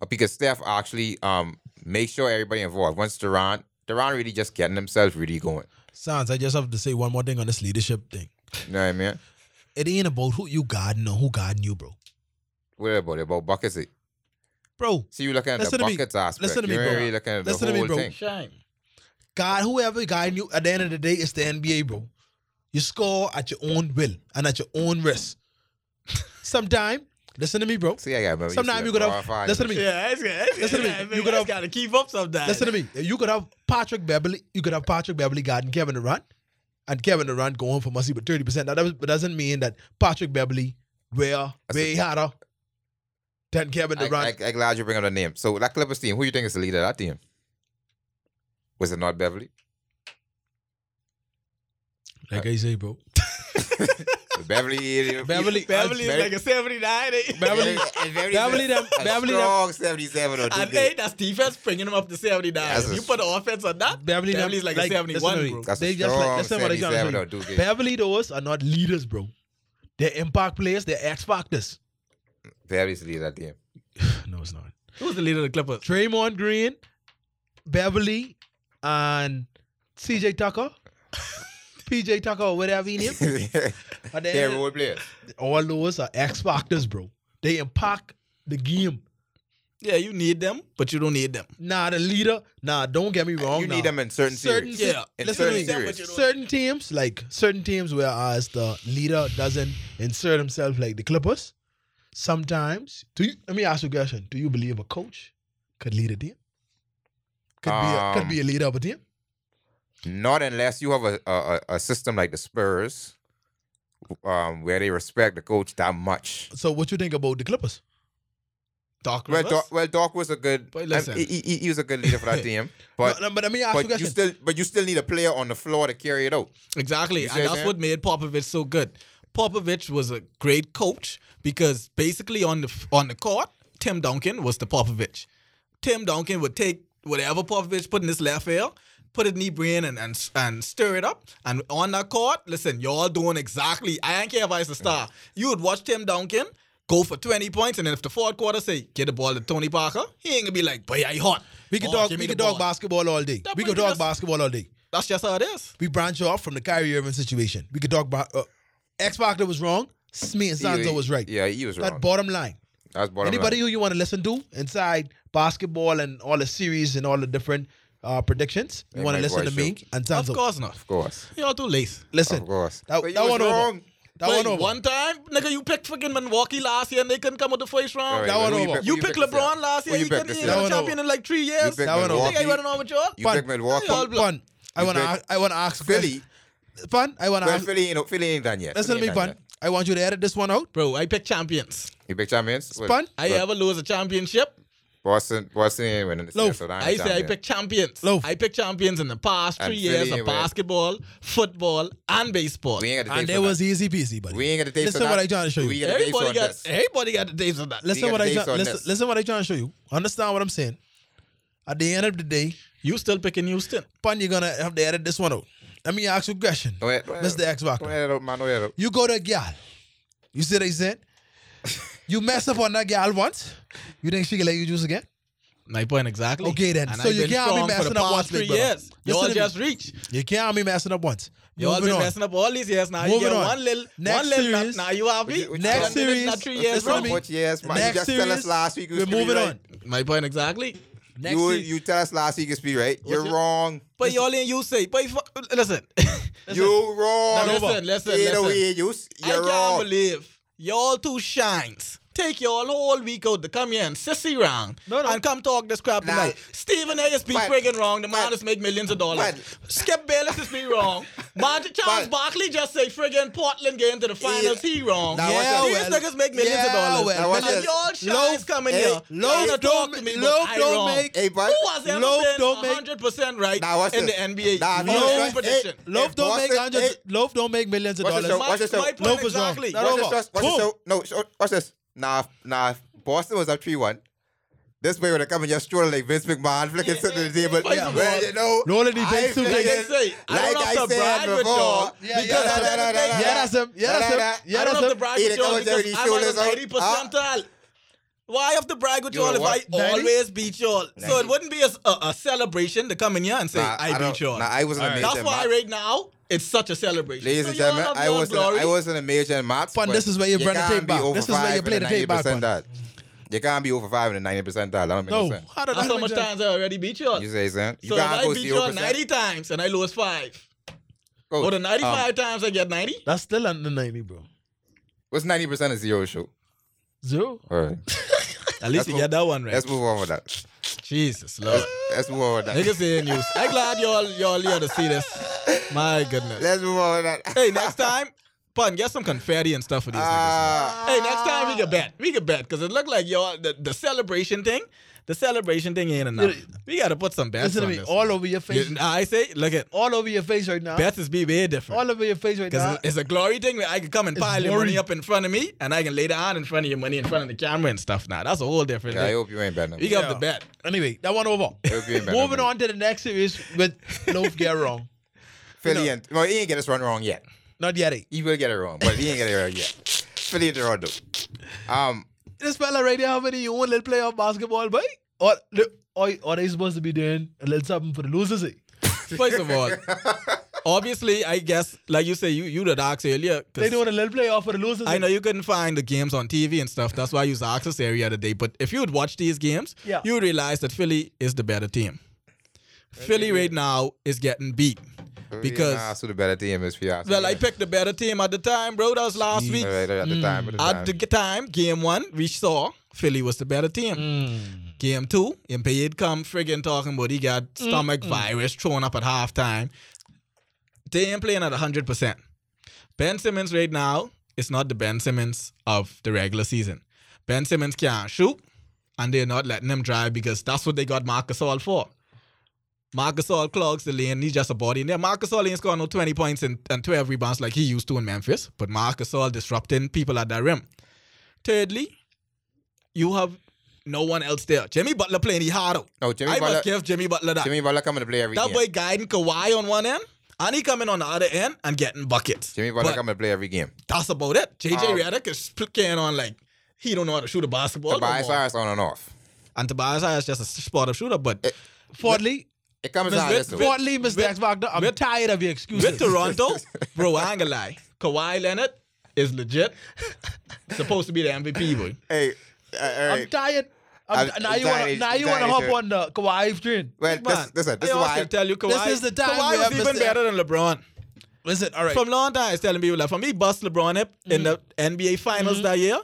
Speaker 2: uh, because Steph actually um makes sure everybody involved. Once Durant, Durant really just getting himself really going.
Speaker 1: Sans, I just have to say one more thing on this leadership thing.
Speaker 2: You know what I mean?
Speaker 1: It ain't about who you guarding or who guarding you, bro.
Speaker 2: What about it? about buckets? It
Speaker 1: Bro,
Speaker 2: see you looking at
Speaker 1: Listen
Speaker 2: the
Speaker 1: to me.
Speaker 2: buckets aspect.
Speaker 1: Listen to me,
Speaker 2: you
Speaker 1: bro.
Speaker 2: really looking at
Speaker 1: Listen
Speaker 2: the
Speaker 1: to me,
Speaker 2: whole
Speaker 1: bro.
Speaker 2: thing.
Speaker 3: Shine.
Speaker 1: God, whoever guiding you, at the end of the day, it's the NBA, bro. You score at your own will and at your own risk. Sometime, listen to me, bro.
Speaker 2: See, I got remember.
Speaker 1: Sometime
Speaker 2: see
Speaker 1: you
Speaker 2: the
Speaker 1: could have-
Speaker 2: power five.
Speaker 1: listen to me.
Speaker 3: Yeah, it's, it's,
Speaker 1: Listen to me.
Speaker 3: yeah,
Speaker 1: You could have-
Speaker 3: gotta keep up sometimes.
Speaker 1: Listen to me. You could have Patrick Beverly. You could have Patrick Beverly guarding Kevin Durant, and Kevin Durant going for must but thirty percent. That does- but doesn't mean that Patrick Beverly were
Speaker 2: That's
Speaker 1: way
Speaker 2: it.
Speaker 1: harder than Kevin
Speaker 2: I,
Speaker 1: Durant.
Speaker 2: I, I'm glad you bring up the name. So that Clippers team, who you think is the leader of that team? Was it not Beverly?
Speaker 1: like I say, bro.
Speaker 2: Beverly,
Speaker 1: Beverly,
Speaker 3: Beverly is
Speaker 2: Beverly-
Speaker 3: like a 79. eh?
Speaker 1: Beverly, Beverly, them,
Speaker 2: a
Speaker 1: Beverly, them,
Speaker 2: strong 77 or
Speaker 3: And hey, that's defense bringing him up to 79.
Speaker 2: That's a-
Speaker 3: you put offense on that,
Speaker 1: Beverly, them,
Speaker 3: Beverly's like, a 71, bro.
Speaker 2: That's a
Speaker 1: They just like
Speaker 2: strong
Speaker 1: that's what I'm trying
Speaker 2: 77
Speaker 1: to
Speaker 2: or
Speaker 1: tell you.
Speaker 2: Duke.
Speaker 1: Beverly, those are not leaders, bro. They're impact players. They're X factors.
Speaker 2: Beverly's leader that team.
Speaker 1: No, it's not.
Speaker 3: Who's the leader of the Clippers?
Speaker 1: Draymond Green, Beverly, and CJ Tucker, PJ Tucker, or whatever he name. Are they-
Speaker 2: They're role players.
Speaker 1: all those are X factors, bro. They impact the game.
Speaker 3: Yeah, you need them, but you don't need them.
Speaker 1: Nah, the leader. Nah, don't get me wrong.
Speaker 2: You
Speaker 1: nah.
Speaker 2: need them in certain
Speaker 1: Certain,
Speaker 2: series.
Speaker 1: se-
Speaker 3: Yeah.
Speaker 2: In
Speaker 1: listen to
Speaker 2: certain
Speaker 1: me.
Speaker 2: series.
Speaker 1: Certain teams, like certain teams, whereas the leader doesn't insert himself like the Clippers. Sometimes, do you? Let me ask you a question. Do you believe a coach could lead a team? Could be a, could
Speaker 2: Um,
Speaker 1: be a leader of a team.
Speaker 2: Not unless you have a, a, a- a system like the Spurs um, where they respect the coach that much.
Speaker 1: So, what you think about the Clippers?
Speaker 3: Doc
Speaker 2: Well,
Speaker 3: Rivers.
Speaker 2: Doc, well, Doc was a good.
Speaker 3: But
Speaker 2: um,
Speaker 3: listen.
Speaker 2: he, he, he was a good leader for that team, but
Speaker 1: no, no, but let me ask you a
Speaker 2: but you
Speaker 1: question.
Speaker 2: still but you still need a player on the floor to carry it out.
Speaker 3: Exactly.
Speaker 2: You
Speaker 3: And
Speaker 2: said
Speaker 3: that's
Speaker 2: that?
Speaker 3: what made Popovich so good. Popovich was a great coach because basically on the f- on the court, Tim Duncan was the Popovich. Tim Duncan would take whatever Popovich put in his left field, put it in the brain and, and and stir it up. And on that court, listen, y'all doing exactly. I don't care if I's a star. You would watch Tim Duncan go for 20 points, and then if the fourth quarter say, get the ball to Tony Parker, he ain't gonna be like, boy, I hot.
Speaker 1: we could
Speaker 3: Oh,
Speaker 1: talk.
Speaker 3: give me
Speaker 1: We
Speaker 3: the
Speaker 1: could talk
Speaker 3: ball."
Speaker 1: basketball all day.
Speaker 3: That
Speaker 1: We could
Speaker 3: brings
Speaker 1: talk
Speaker 3: us-
Speaker 1: basketball all day.
Speaker 3: That's just how it is.
Speaker 1: we branch off from the Kyrie Irving situation. We could talk about uh, X Factor was wrong, Smith and
Speaker 2: He-
Speaker 1: Sanzo was right.
Speaker 2: Yeah, he was
Speaker 1: that
Speaker 2: wrong.
Speaker 1: bottom line.
Speaker 2: That's bottom
Speaker 1: Anybody
Speaker 2: line.
Speaker 1: who you want to listen to inside basketball and all the series and all the different uh, predictions, you
Speaker 2: They
Speaker 1: want to
Speaker 2: might
Speaker 1: listen to
Speaker 2: voice
Speaker 1: me
Speaker 2: you.
Speaker 1: and
Speaker 3: Of
Speaker 1: Sanzo.
Speaker 3: course not.
Speaker 2: Of course,
Speaker 3: Y'all too lazy.
Speaker 1: Listen,
Speaker 2: of course.
Speaker 1: that-
Speaker 2: But you
Speaker 1: that
Speaker 2: was
Speaker 1: one over.
Speaker 2: wrong.
Speaker 1: that
Speaker 3: Wait,
Speaker 1: one over.
Speaker 3: one time, nigga, you picked fucking Milwaukee last year and they couldn't come with the first round.
Speaker 2: All right,
Speaker 1: That
Speaker 2: well,
Speaker 1: one
Speaker 2: who
Speaker 1: over.
Speaker 2: pick-
Speaker 3: you
Speaker 2: who
Speaker 3: picked
Speaker 2: pick this
Speaker 3: LeBron
Speaker 2: year?
Speaker 3: last
Speaker 2: Who
Speaker 3: year.
Speaker 2: you
Speaker 3: He
Speaker 2: pick
Speaker 3: couldn't
Speaker 2: this
Speaker 3: he
Speaker 2: year?
Speaker 1: That
Speaker 3: was
Speaker 1: one
Speaker 3: champion in like three
Speaker 2: You
Speaker 3: years.
Speaker 2: pick
Speaker 1: That one
Speaker 3: Nigga,
Speaker 1: over.
Speaker 3: you
Speaker 2: Milwaukee.
Speaker 3: running on with y'all?
Speaker 2: You pick Milwaukee.
Speaker 1: Fun, fun. I want
Speaker 2: Good.
Speaker 1: to. I want to ask
Speaker 2: Philly,
Speaker 1: Pun. I want to.
Speaker 2: well,
Speaker 1: ask.
Speaker 2: Philly, you know, Philly ain't done yet.
Speaker 1: Listen to me,
Speaker 2: Philly ain't done
Speaker 1: pun.
Speaker 2: yet.
Speaker 1: I want you to edit this one out.
Speaker 3: Bro, I pick champions.
Speaker 2: You pick champions? Well,
Speaker 1: Pun.
Speaker 3: I ever lose a championship.
Speaker 2: Boston, Boston ain't winning this year,
Speaker 1: Loaf,
Speaker 2: so that ain't
Speaker 3: I say I
Speaker 2: champion.
Speaker 3: pick champions.
Speaker 1: Loaf.
Speaker 3: I pick champions in the past
Speaker 2: And
Speaker 3: three years
Speaker 2: Philly
Speaker 3: of
Speaker 2: win.
Speaker 3: basketball, football, and baseball.
Speaker 2: We ain't got the
Speaker 1: And
Speaker 2: tapes
Speaker 1: it
Speaker 2: for
Speaker 1: was
Speaker 2: that.
Speaker 1: easy peasy, buddy.
Speaker 2: We ain't got the tapes for
Speaker 1: Listen
Speaker 2: that.
Speaker 1: what I trying to show you.
Speaker 2: We ain't got the tapes
Speaker 3: Everybody
Speaker 2: on
Speaker 3: got
Speaker 2: this.
Speaker 3: everybody got the days of that.
Speaker 2: We
Speaker 1: Listen
Speaker 2: got
Speaker 1: what I
Speaker 2: dates
Speaker 1: try,
Speaker 2: on
Speaker 1: listen,
Speaker 2: this.
Speaker 1: listen what I trying to show you. Understand what I'm saying? At the end of the day,
Speaker 3: You still picking Houston?
Speaker 1: pun, you're gonna have to edit this one out. Let me ask you a question,
Speaker 2: Go ahead, go ahead.
Speaker 1: Mr. X
Speaker 2: Go
Speaker 1: Factor.
Speaker 2: ahead, man. Go ahead.
Speaker 1: You go to a gal. You see what I said? you mess up on that gal once. You think she can let you juice again?
Speaker 3: My point exactly.
Speaker 1: Okay, then.
Speaker 3: And
Speaker 1: So
Speaker 3: I've
Speaker 1: you
Speaker 3: been
Speaker 1: can't be
Speaker 3: strong for
Speaker 1: messing
Speaker 3: the
Speaker 1: up
Speaker 3: past
Speaker 1: once,
Speaker 3: three
Speaker 1: big brother.
Speaker 3: years. You
Speaker 1: Listen
Speaker 3: all
Speaker 1: to me.
Speaker 3: just reach.
Speaker 1: You can't be messing up once.
Speaker 3: You all
Speaker 1: Moving
Speaker 3: been
Speaker 1: on.
Speaker 3: messing up all these years. Now you
Speaker 1: Moving
Speaker 3: get
Speaker 1: on.
Speaker 3: one little,
Speaker 1: Next
Speaker 3: one little. nut.
Speaker 1: series.
Speaker 3: Now you happy?
Speaker 2: Which-
Speaker 1: Next
Speaker 3: Done it,
Speaker 1: series.
Speaker 3: not three
Speaker 1: Listen
Speaker 3: years.
Speaker 1: to
Speaker 3: bro.
Speaker 1: me.
Speaker 2: Which years, man? You
Speaker 1: Next
Speaker 2: just tell us
Speaker 1: series,
Speaker 2: last week. you
Speaker 1: we're
Speaker 2: was
Speaker 1: moving
Speaker 2: right.
Speaker 1: on.
Speaker 3: My point exactly.
Speaker 1: Next
Speaker 2: You
Speaker 1: series.
Speaker 2: you tell us last week you speak right. You're
Speaker 3: your-
Speaker 2: wrong.
Speaker 3: But y'all ain't you say. But if, listen.
Speaker 2: You wrong.
Speaker 3: Now listen, listen,
Speaker 2: Either
Speaker 3: listen.
Speaker 2: way, you s-
Speaker 3: I
Speaker 2: you're
Speaker 3: can't
Speaker 2: wrong.
Speaker 3: believe y'all two shines. Take y'all whole week out to come here and sissy round
Speaker 1: No, no.
Speaker 3: and come talk this crap
Speaker 2: Nah.
Speaker 3: tonight. Stephen A is be
Speaker 2: Man.
Speaker 3: friggin' wrong. The man
Speaker 2: Man.
Speaker 3: is make millions of dollars.
Speaker 2: Man.
Speaker 3: Skip Bayless is be wrong. Magic Charles
Speaker 2: Man.
Speaker 3: Barkley just say friggin' Portland getting to the finals. He wrong.
Speaker 2: Now watch
Speaker 1: Yeah,
Speaker 2: out.
Speaker 3: These
Speaker 1: well.
Speaker 3: niggas make millions
Speaker 1: Yeah,
Speaker 3: of dollars.
Speaker 1: well.
Speaker 2: Now watch
Speaker 3: and
Speaker 2: this.
Speaker 3: y'all shines
Speaker 1: Loaf-
Speaker 3: coming
Speaker 2: Hey,
Speaker 3: here.
Speaker 1: Loaf
Speaker 3: Y'all
Speaker 1: don't-
Speaker 3: talk to me, but
Speaker 1: Loaf
Speaker 3: I
Speaker 1: don't
Speaker 3: wrong.
Speaker 1: make-
Speaker 2: Hey, but
Speaker 3: Who has ever
Speaker 1: Loaf
Speaker 3: been
Speaker 1: don't make-
Speaker 3: 100% right
Speaker 2: Now watch
Speaker 3: in
Speaker 2: this.
Speaker 3: the NBA?
Speaker 2: Nah, watch
Speaker 3: You know
Speaker 2: this.
Speaker 3: my prediction.
Speaker 2: Hey,
Speaker 1: Loaf don't
Speaker 2: Boston-
Speaker 1: make hundreds.
Speaker 2: hey.
Speaker 1: Loaf don't make millions of
Speaker 2: What's the
Speaker 1: dollars.
Speaker 2: show?
Speaker 3: My,
Speaker 2: Watch this,
Speaker 3: my
Speaker 2: Loaf
Speaker 3: point
Speaker 1: is wrong.
Speaker 3: exactly.
Speaker 1: Now,
Speaker 2: Watch
Speaker 1: Over.
Speaker 2: this, Josh. Watch this.
Speaker 1: Boom.
Speaker 2: show. No, sh- watch this. Nah, nah. if Boston was up 3 1. This way, when I come and just stroll like Vince McMahon, flicking something to the table.
Speaker 3: First of
Speaker 2: Well,
Speaker 3: all,
Speaker 2: you know,
Speaker 1: rolling these
Speaker 2: I
Speaker 1: big suit
Speaker 2: flicking-
Speaker 1: niggas.
Speaker 3: Like I say, I don't have to brag with y'all,
Speaker 2: Yeah,
Speaker 1: because
Speaker 2: yeah,
Speaker 1: at the
Speaker 2: nah,
Speaker 1: end
Speaker 2: nah,
Speaker 1: of the
Speaker 2: nah,
Speaker 1: day-
Speaker 2: nah,
Speaker 1: Yeah,
Speaker 2: nah.
Speaker 1: that's him. Yeah,
Speaker 2: Nah,
Speaker 1: that's him.
Speaker 2: nah,
Speaker 1: Yeah,
Speaker 2: nah.
Speaker 3: I don't
Speaker 1: that's
Speaker 3: have
Speaker 1: him.
Speaker 3: to brag
Speaker 2: Either
Speaker 3: with y'all
Speaker 2: come with
Speaker 3: because
Speaker 2: Jerry
Speaker 3: I'm on
Speaker 2: shoulders out. Ah.
Speaker 3: 90 percentile. Why I have to brag with
Speaker 2: You know
Speaker 3: y'all if I
Speaker 2: what?
Speaker 1: Ninety?
Speaker 3: always beat y'all? So it
Speaker 2: Ninety.
Speaker 3: wouldn't be a, a, a celebration to come in here and say
Speaker 2: Nah,
Speaker 3: I,
Speaker 2: don't-
Speaker 3: beat y'all.
Speaker 2: Nah, I wasn't a major
Speaker 3: That's
Speaker 2: in
Speaker 3: why
Speaker 2: math.
Speaker 3: right now it's such a celebration.
Speaker 2: Ladies
Speaker 3: So
Speaker 2: and
Speaker 3: y'all
Speaker 2: gentlemen,
Speaker 3: have
Speaker 2: I
Speaker 3: y'all
Speaker 2: wasn't,
Speaker 3: glory.
Speaker 2: I wasn't a major in maths.
Speaker 1: Fun,
Speaker 2: but
Speaker 1: this is where you bring the
Speaker 2: can't
Speaker 1: tape back.
Speaker 2: be over
Speaker 1: This is where you
Speaker 2: five
Speaker 1: play
Speaker 2: in
Speaker 1: the tape back,
Speaker 2: 90%
Speaker 1: fun.
Speaker 2: That. You can't be over five in the 90% that. That don't make no
Speaker 1: No,
Speaker 2: sense.
Speaker 1: how did
Speaker 3: That's
Speaker 1: that
Speaker 3: how much
Speaker 1: make sense?
Speaker 3: times I already beat y'all.
Speaker 2: You say something? You
Speaker 3: so if
Speaker 2: can't
Speaker 3: I
Speaker 2: go
Speaker 3: beat y'all
Speaker 2: 0%.
Speaker 3: 90 times and I lose five,
Speaker 2: Go.
Speaker 3: or the 95
Speaker 2: Um,
Speaker 3: times I get 90,
Speaker 1: That's still under 90, bro.
Speaker 2: What's 90% of zero show?
Speaker 1: Zero?
Speaker 2: All right.
Speaker 3: at least you
Speaker 2: what-
Speaker 3: get that one right.
Speaker 2: Let's move on with that.
Speaker 3: Jesus Lord.
Speaker 2: Let's move on with that.
Speaker 3: Niggas saying news. I'm glad y'all y'all here to see this. My goodness.
Speaker 2: Let's move on with that.
Speaker 3: Hey, next time, pun, get some confetti and stuff for these niggas.
Speaker 2: Ah,
Speaker 3: Hey, next time we can bet. We can bet because it looked like y'all the, the celebration thing. The celebration thing ain't enough. We gotta put some bets
Speaker 1: Listen to
Speaker 3: on
Speaker 1: me.
Speaker 3: this.
Speaker 1: All over your face.
Speaker 3: You- I say, look at
Speaker 1: All over your face right now.
Speaker 3: bets is be way different.
Speaker 1: All over your face right
Speaker 3: Because
Speaker 1: now.
Speaker 3: it's, it's a glory thing where I can come and
Speaker 1: It's
Speaker 3: pile your
Speaker 1: glory.
Speaker 3: money up in front of me, and I can lay down in front of your money in front of the camera and stuff. Now that's a whole different
Speaker 2: yeah, I
Speaker 3: thing.
Speaker 2: hope you ain't bad.
Speaker 3: We got the bet.
Speaker 1: Anyway, that one over.
Speaker 2: hope you ain't bad.
Speaker 1: Moving on to the next series with Loaf get wrong.
Speaker 2: Philly
Speaker 1: No.
Speaker 2: and well, he ain't get this one wrong yet.
Speaker 1: Not yet. eh?
Speaker 2: He will get it wrong, but he ain't get it wrong yet. Philly and Toronto. Um,
Speaker 1: This fella right here, how many you want little play of basketball, boy? Or, or, or they supposed to be doing a little something for the losers, eh?
Speaker 3: First of all, obviously, I guess like you say, you you the docs earlier. 'cause
Speaker 1: They doing a little playoff for the losers.
Speaker 3: I
Speaker 1: eh?
Speaker 3: know you couldn't find the games on TV and stuff. That's why I used the access area the other day. But if you would watch these games,
Speaker 1: Yeah.
Speaker 3: you would realize that Philly is the better team. Philly right now is getting beat because
Speaker 2: nah, so the better team is for you.
Speaker 3: well, I picked the better team at the time, bro. That was last week. mm,
Speaker 2: Right, right, at the time, at the
Speaker 3: At
Speaker 2: time.
Speaker 3: the time, game one, we saw Philly was the better team. Game two, Embiid come friggin' talking about he got stomach virus thrown up at halftime. They ain't playing at 100%. Ben Simmons right now is not the Ben Simmons of the regular season. Ben Simmons can't shoot, and they're not letting him drive because that's what they got Marcus All for. Marcus All clogs the lane. He's just a body in there. Marcus All ain't scoring no 20 points and, and 12 rebounds like he used to in Memphis, but Marcus All disrupting people at that rim. Thirdly, you have no one else there. Jimmy Butler playing he hard out.
Speaker 2: No, Jimmy
Speaker 3: I
Speaker 2: Butler-
Speaker 3: must give Jimmy Butler that.
Speaker 2: Jimmy Butler coming to play every
Speaker 3: that
Speaker 2: game.
Speaker 3: boy guiding Kawhi on one end, and he coming on the other end and getting buckets.
Speaker 2: Jimmy Butler
Speaker 3: But
Speaker 2: coming to play every game.
Speaker 3: that's about it. JJ
Speaker 2: Um,
Speaker 3: Redick is split can on like he don't know how to shoot a basketball. no
Speaker 2: Tobias
Speaker 3: more.
Speaker 2: Harris on and off.
Speaker 3: And Tobias Harris just a spot up shooter, but
Speaker 1: Fourthly,
Speaker 2: It comes down to this.
Speaker 3: Vince-
Speaker 2: though.
Speaker 3: Vince-
Speaker 1: fourthly, Mr.
Speaker 3: with-
Speaker 1: X Factor, I'm
Speaker 3: with-
Speaker 1: tired of your excuses.
Speaker 3: With Toronto, bro, I ain't gonna lie. Kawhi Leonard is legit. Supposed to be the MVP, boy.
Speaker 2: Hey, uh, all
Speaker 1: I'm
Speaker 2: right.
Speaker 1: tired. I'm,
Speaker 2: I'm-
Speaker 1: now
Speaker 2: I'm
Speaker 1: you want to
Speaker 2: tired,
Speaker 1: now
Speaker 2: I'm
Speaker 1: you want to
Speaker 2: tired,
Speaker 1: hop
Speaker 2: sir.
Speaker 1: on the Kawhi train.
Speaker 2: Well,
Speaker 3: Man,
Speaker 2: this, listen, this
Speaker 3: I
Speaker 2: is
Speaker 3: also
Speaker 2: why. I-
Speaker 3: tell you, Kawhi.
Speaker 1: This is the time
Speaker 3: Kawhi
Speaker 1: we
Speaker 3: was
Speaker 1: have
Speaker 3: even
Speaker 1: Mr.
Speaker 3: better than LeBron.
Speaker 1: Listen, all right.
Speaker 3: From long time, I was telling people like, for me, bust LeBron up
Speaker 1: Mm-hmm.
Speaker 3: in the NBA Finals that year.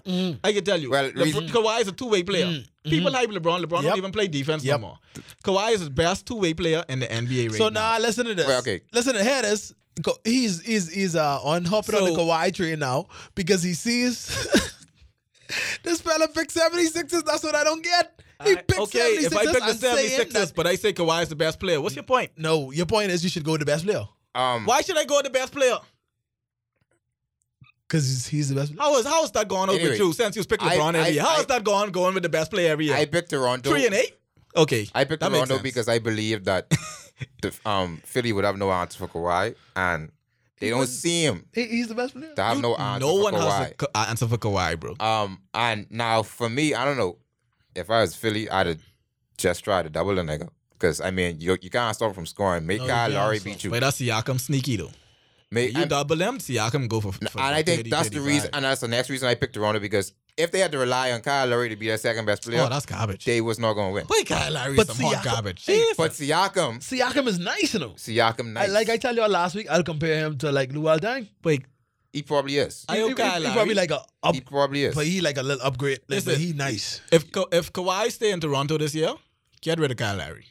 Speaker 3: I can tell you,
Speaker 2: Well,
Speaker 3: LeBron-
Speaker 2: reason-
Speaker 3: Kawhi is a two-way player. People hype LeBron. LeBron
Speaker 1: Mm-hmm. Yep.
Speaker 3: don't even play defense
Speaker 1: Yep.
Speaker 3: no more. Kawhi is the best two-way player in the NBA right
Speaker 1: so
Speaker 3: now.
Speaker 1: now listen to this.
Speaker 2: Wait, okay.
Speaker 1: Listen to here this. Go- He's he's he's uh on hopping on the
Speaker 3: So-
Speaker 1: Kawhi train now because he sees this fella picked 76ers. That's what I don't get. He
Speaker 3: I-
Speaker 1: picked
Speaker 3: okay,
Speaker 1: 76ers.
Speaker 3: if I pick
Speaker 1: I'm
Speaker 3: the
Speaker 1: saying
Speaker 3: 76ers,
Speaker 1: that-
Speaker 3: but I say Kawhi is the best player, what's your point?
Speaker 1: no, your point is you should go with the best player
Speaker 2: Um,
Speaker 3: Why should I go with the best player?
Speaker 1: because he's, he's the best. player.
Speaker 3: How is how is that going on
Speaker 2: Anyway,
Speaker 3: with you since you picked
Speaker 2: I-
Speaker 3: LeBron every
Speaker 2: I-
Speaker 3: year? How
Speaker 2: I-
Speaker 3: is that going going with the best player every year?
Speaker 2: I picked Toronto.
Speaker 3: Three and eight. Okay,
Speaker 2: I picked
Speaker 3: That makes
Speaker 2: Toronto
Speaker 3: sense.
Speaker 2: because I believe that the, um, Philly would have no answer for Kawhi, and they don't see him
Speaker 1: He- he's the best player.
Speaker 2: to have no answer
Speaker 3: no
Speaker 2: for
Speaker 3: one
Speaker 2: Kawhi.
Speaker 3: has an answer for Kawhi, bro.
Speaker 2: Um, and now for me, I don't know. If I was Philly, I'd have just tried to double the nigga. Because I mean, you you can't stop from scoring. Make
Speaker 1: No, you
Speaker 2: Kyle
Speaker 1: can't
Speaker 2: Lowry
Speaker 1: stop.
Speaker 2: beat you.
Speaker 3: But that's Siakam sneaky though.
Speaker 2: Make,
Speaker 3: You
Speaker 2: and,
Speaker 3: double him, Siakam go for. for
Speaker 2: and I think
Speaker 3: 30,
Speaker 2: that's the
Speaker 3: 35.
Speaker 2: reason, and that's the next reason I picked Toronto because if they had to rely on Kyle Lowry to be their second best player,
Speaker 3: Oh, that's garbage.
Speaker 2: they was not going to win.
Speaker 3: Boy, Kyle Lowry
Speaker 1: But
Speaker 3: is some hot
Speaker 1: Siakam-
Speaker 3: garbage.
Speaker 1: Hey,
Speaker 3: Jesus.
Speaker 2: But Siakam,
Speaker 1: Siakam is nice, you know.
Speaker 2: Siakam,
Speaker 1: I,
Speaker 2: nice.
Speaker 1: like I tell you all last week, I'll compare him to like Lou Dang.
Speaker 3: Boy,
Speaker 2: he probably is.
Speaker 3: I hope
Speaker 1: he,
Speaker 3: Kyle
Speaker 1: he
Speaker 3: Lowry-
Speaker 1: probably like a up,
Speaker 2: he probably is.
Speaker 1: but he like a little upgrade. Like,
Speaker 3: Listen.
Speaker 1: but he nice.
Speaker 3: if Ka- if Kawhi stay in Toronto this year, get rid of Kyle Lowry.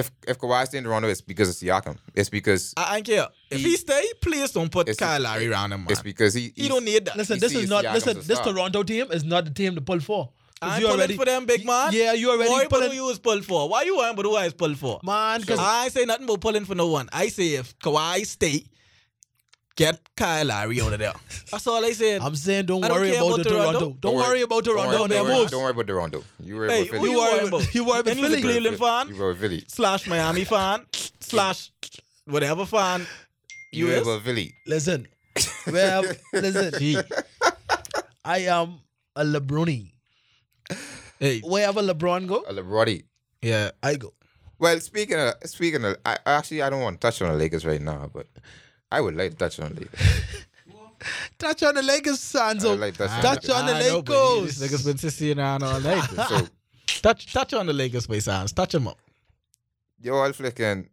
Speaker 2: if if Kawhi stay in Toronto, it's because of Siakam. It's
Speaker 1: Ah,
Speaker 2: because
Speaker 3: I, I don't care if
Speaker 2: He-
Speaker 3: he stay. Please don't put
Speaker 2: It's-
Speaker 3: Kyle Lowry around him, man.
Speaker 2: it's because he
Speaker 3: He don't need that.
Speaker 1: Listen,
Speaker 2: he
Speaker 1: this is
Speaker 2: sees
Speaker 1: not
Speaker 2: Siakam's
Speaker 1: listen.
Speaker 2: a
Speaker 1: This
Speaker 2: star.
Speaker 1: Toronto team is not the team to pull for. 'Cause
Speaker 3: I'm
Speaker 1: you
Speaker 3: pulling
Speaker 1: already-
Speaker 3: for them, big man.
Speaker 1: Yeah, you already
Speaker 3: Why
Speaker 1: pulling,
Speaker 3: you was pulled for? Why you ain't but who I is pulled for?
Speaker 1: man. Because
Speaker 3: I say nothing about pulling for no one. I say if Kawhi stay, get Kyle Lowry out of there. That's all I said.
Speaker 1: I'm saying, don't
Speaker 3: I don't
Speaker 1: worry
Speaker 3: care
Speaker 1: about,
Speaker 3: about
Speaker 1: the Toronto.
Speaker 3: Toronto.
Speaker 1: Don't, worry about
Speaker 2: Don't worry-
Speaker 1: Toronto and their
Speaker 2: Don't worry,
Speaker 1: moves.
Speaker 2: don't worry about Toronto. You worry
Speaker 3: Hey,
Speaker 2: about
Speaker 3: who
Speaker 2: Philly.
Speaker 3: you
Speaker 1: You worry
Speaker 3: worry
Speaker 1: about-
Speaker 3: about?
Speaker 1: you worry about
Speaker 3: And you's a
Speaker 1: Philly.
Speaker 3: Cleveland
Speaker 2: You
Speaker 3: fan
Speaker 2: were Philly.
Speaker 3: slash Miami fan slash whatever fan.
Speaker 2: You
Speaker 3: You
Speaker 2: were
Speaker 3: is?
Speaker 2: Philly.
Speaker 1: Listen, well, listen.
Speaker 3: Gee.
Speaker 1: I am a Lebroni.
Speaker 3: Hey,
Speaker 1: Wherever LeBron go,
Speaker 2: A LeBron.
Speaker 3: yeah.
Speaker 1: I go.
Speaker 2: Well, speaking of speaking of, I actually I don't want to touch on the Lakers right now, but I would like to touch on the Lakers.
Speaker 1: Touch on the Lakers,
Speaker 2: I would
Speaker 1: Sanzo.
Speaker 2: like to touch on the
Speaker 1: Touch
Speaker 2: Lakers.
Speaker 1: on the
Speaker 3: I know, but
Speaker 1: Lakers.
Speaker 3: This nigga's been sissing around all night.
Speaker 2: So
Speaker 3: touch, touch on the Lakers, space hands. Touch him up.
Speaker 2: y'all flicking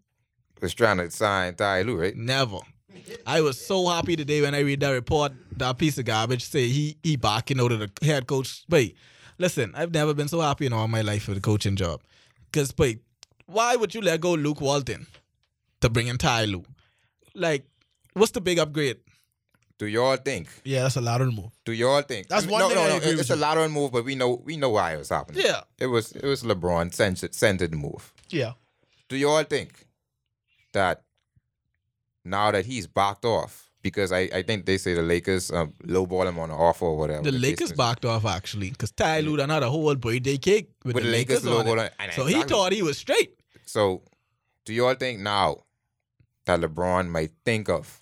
Speaker 2: was trying to sign Ty Lue, right?
Speaker 3: Never. I was so happy today when I read that report. That piece of garbage say he he backing out of the head coach. Wait, listen, I've never been so happy in all my life for the coaching job. Cause wait, why would you let go Luke Walton to bring in Ty Lue? Like, what's the big upgrade?
Speaker 2: Do y'all think?
Speaker 1: Yeah, that's a lateral move.
Speaker 2: Do y'all think?
Speaker 1: That's one
Speaker 2: no,
Speaker 1: thing
Speaker 2: no,
Speaker 1: I
Speaker 2: no.
Speaker 1: agree
Speaker 2: it-
Speaker 1: with
Speaker 2: It's a
Speaker 1: you.
Speaker 2: lateral move, but we know we know why it was happening.
Speaker 3: Yeah.
Speaker 2: It was it was LeBron centered, centered move.
Speaker 1: Yeah.
Speaker 2: Do y'all think that now that he's backed off? Because I, I think they say the Lakers um, lowball him on an offer or whatever.
Speaker 3: The
Speaker 2: They
Speaker 3: Lakers
Speaker 2: said-
Speaker 3: backed off actually, because Ty Lue done had a whole birthday cake with,
Speaker 2: With the Lakers
Speaker 3: on
Speaker 2: logo
Speaker 3: it.
Speaker 2: on it, and
Speaker 3: So he
Speaker 2: exactly.
Speaker 3: thought he was straight.
Speaker 2: So, do y'all think now that LeBron might think of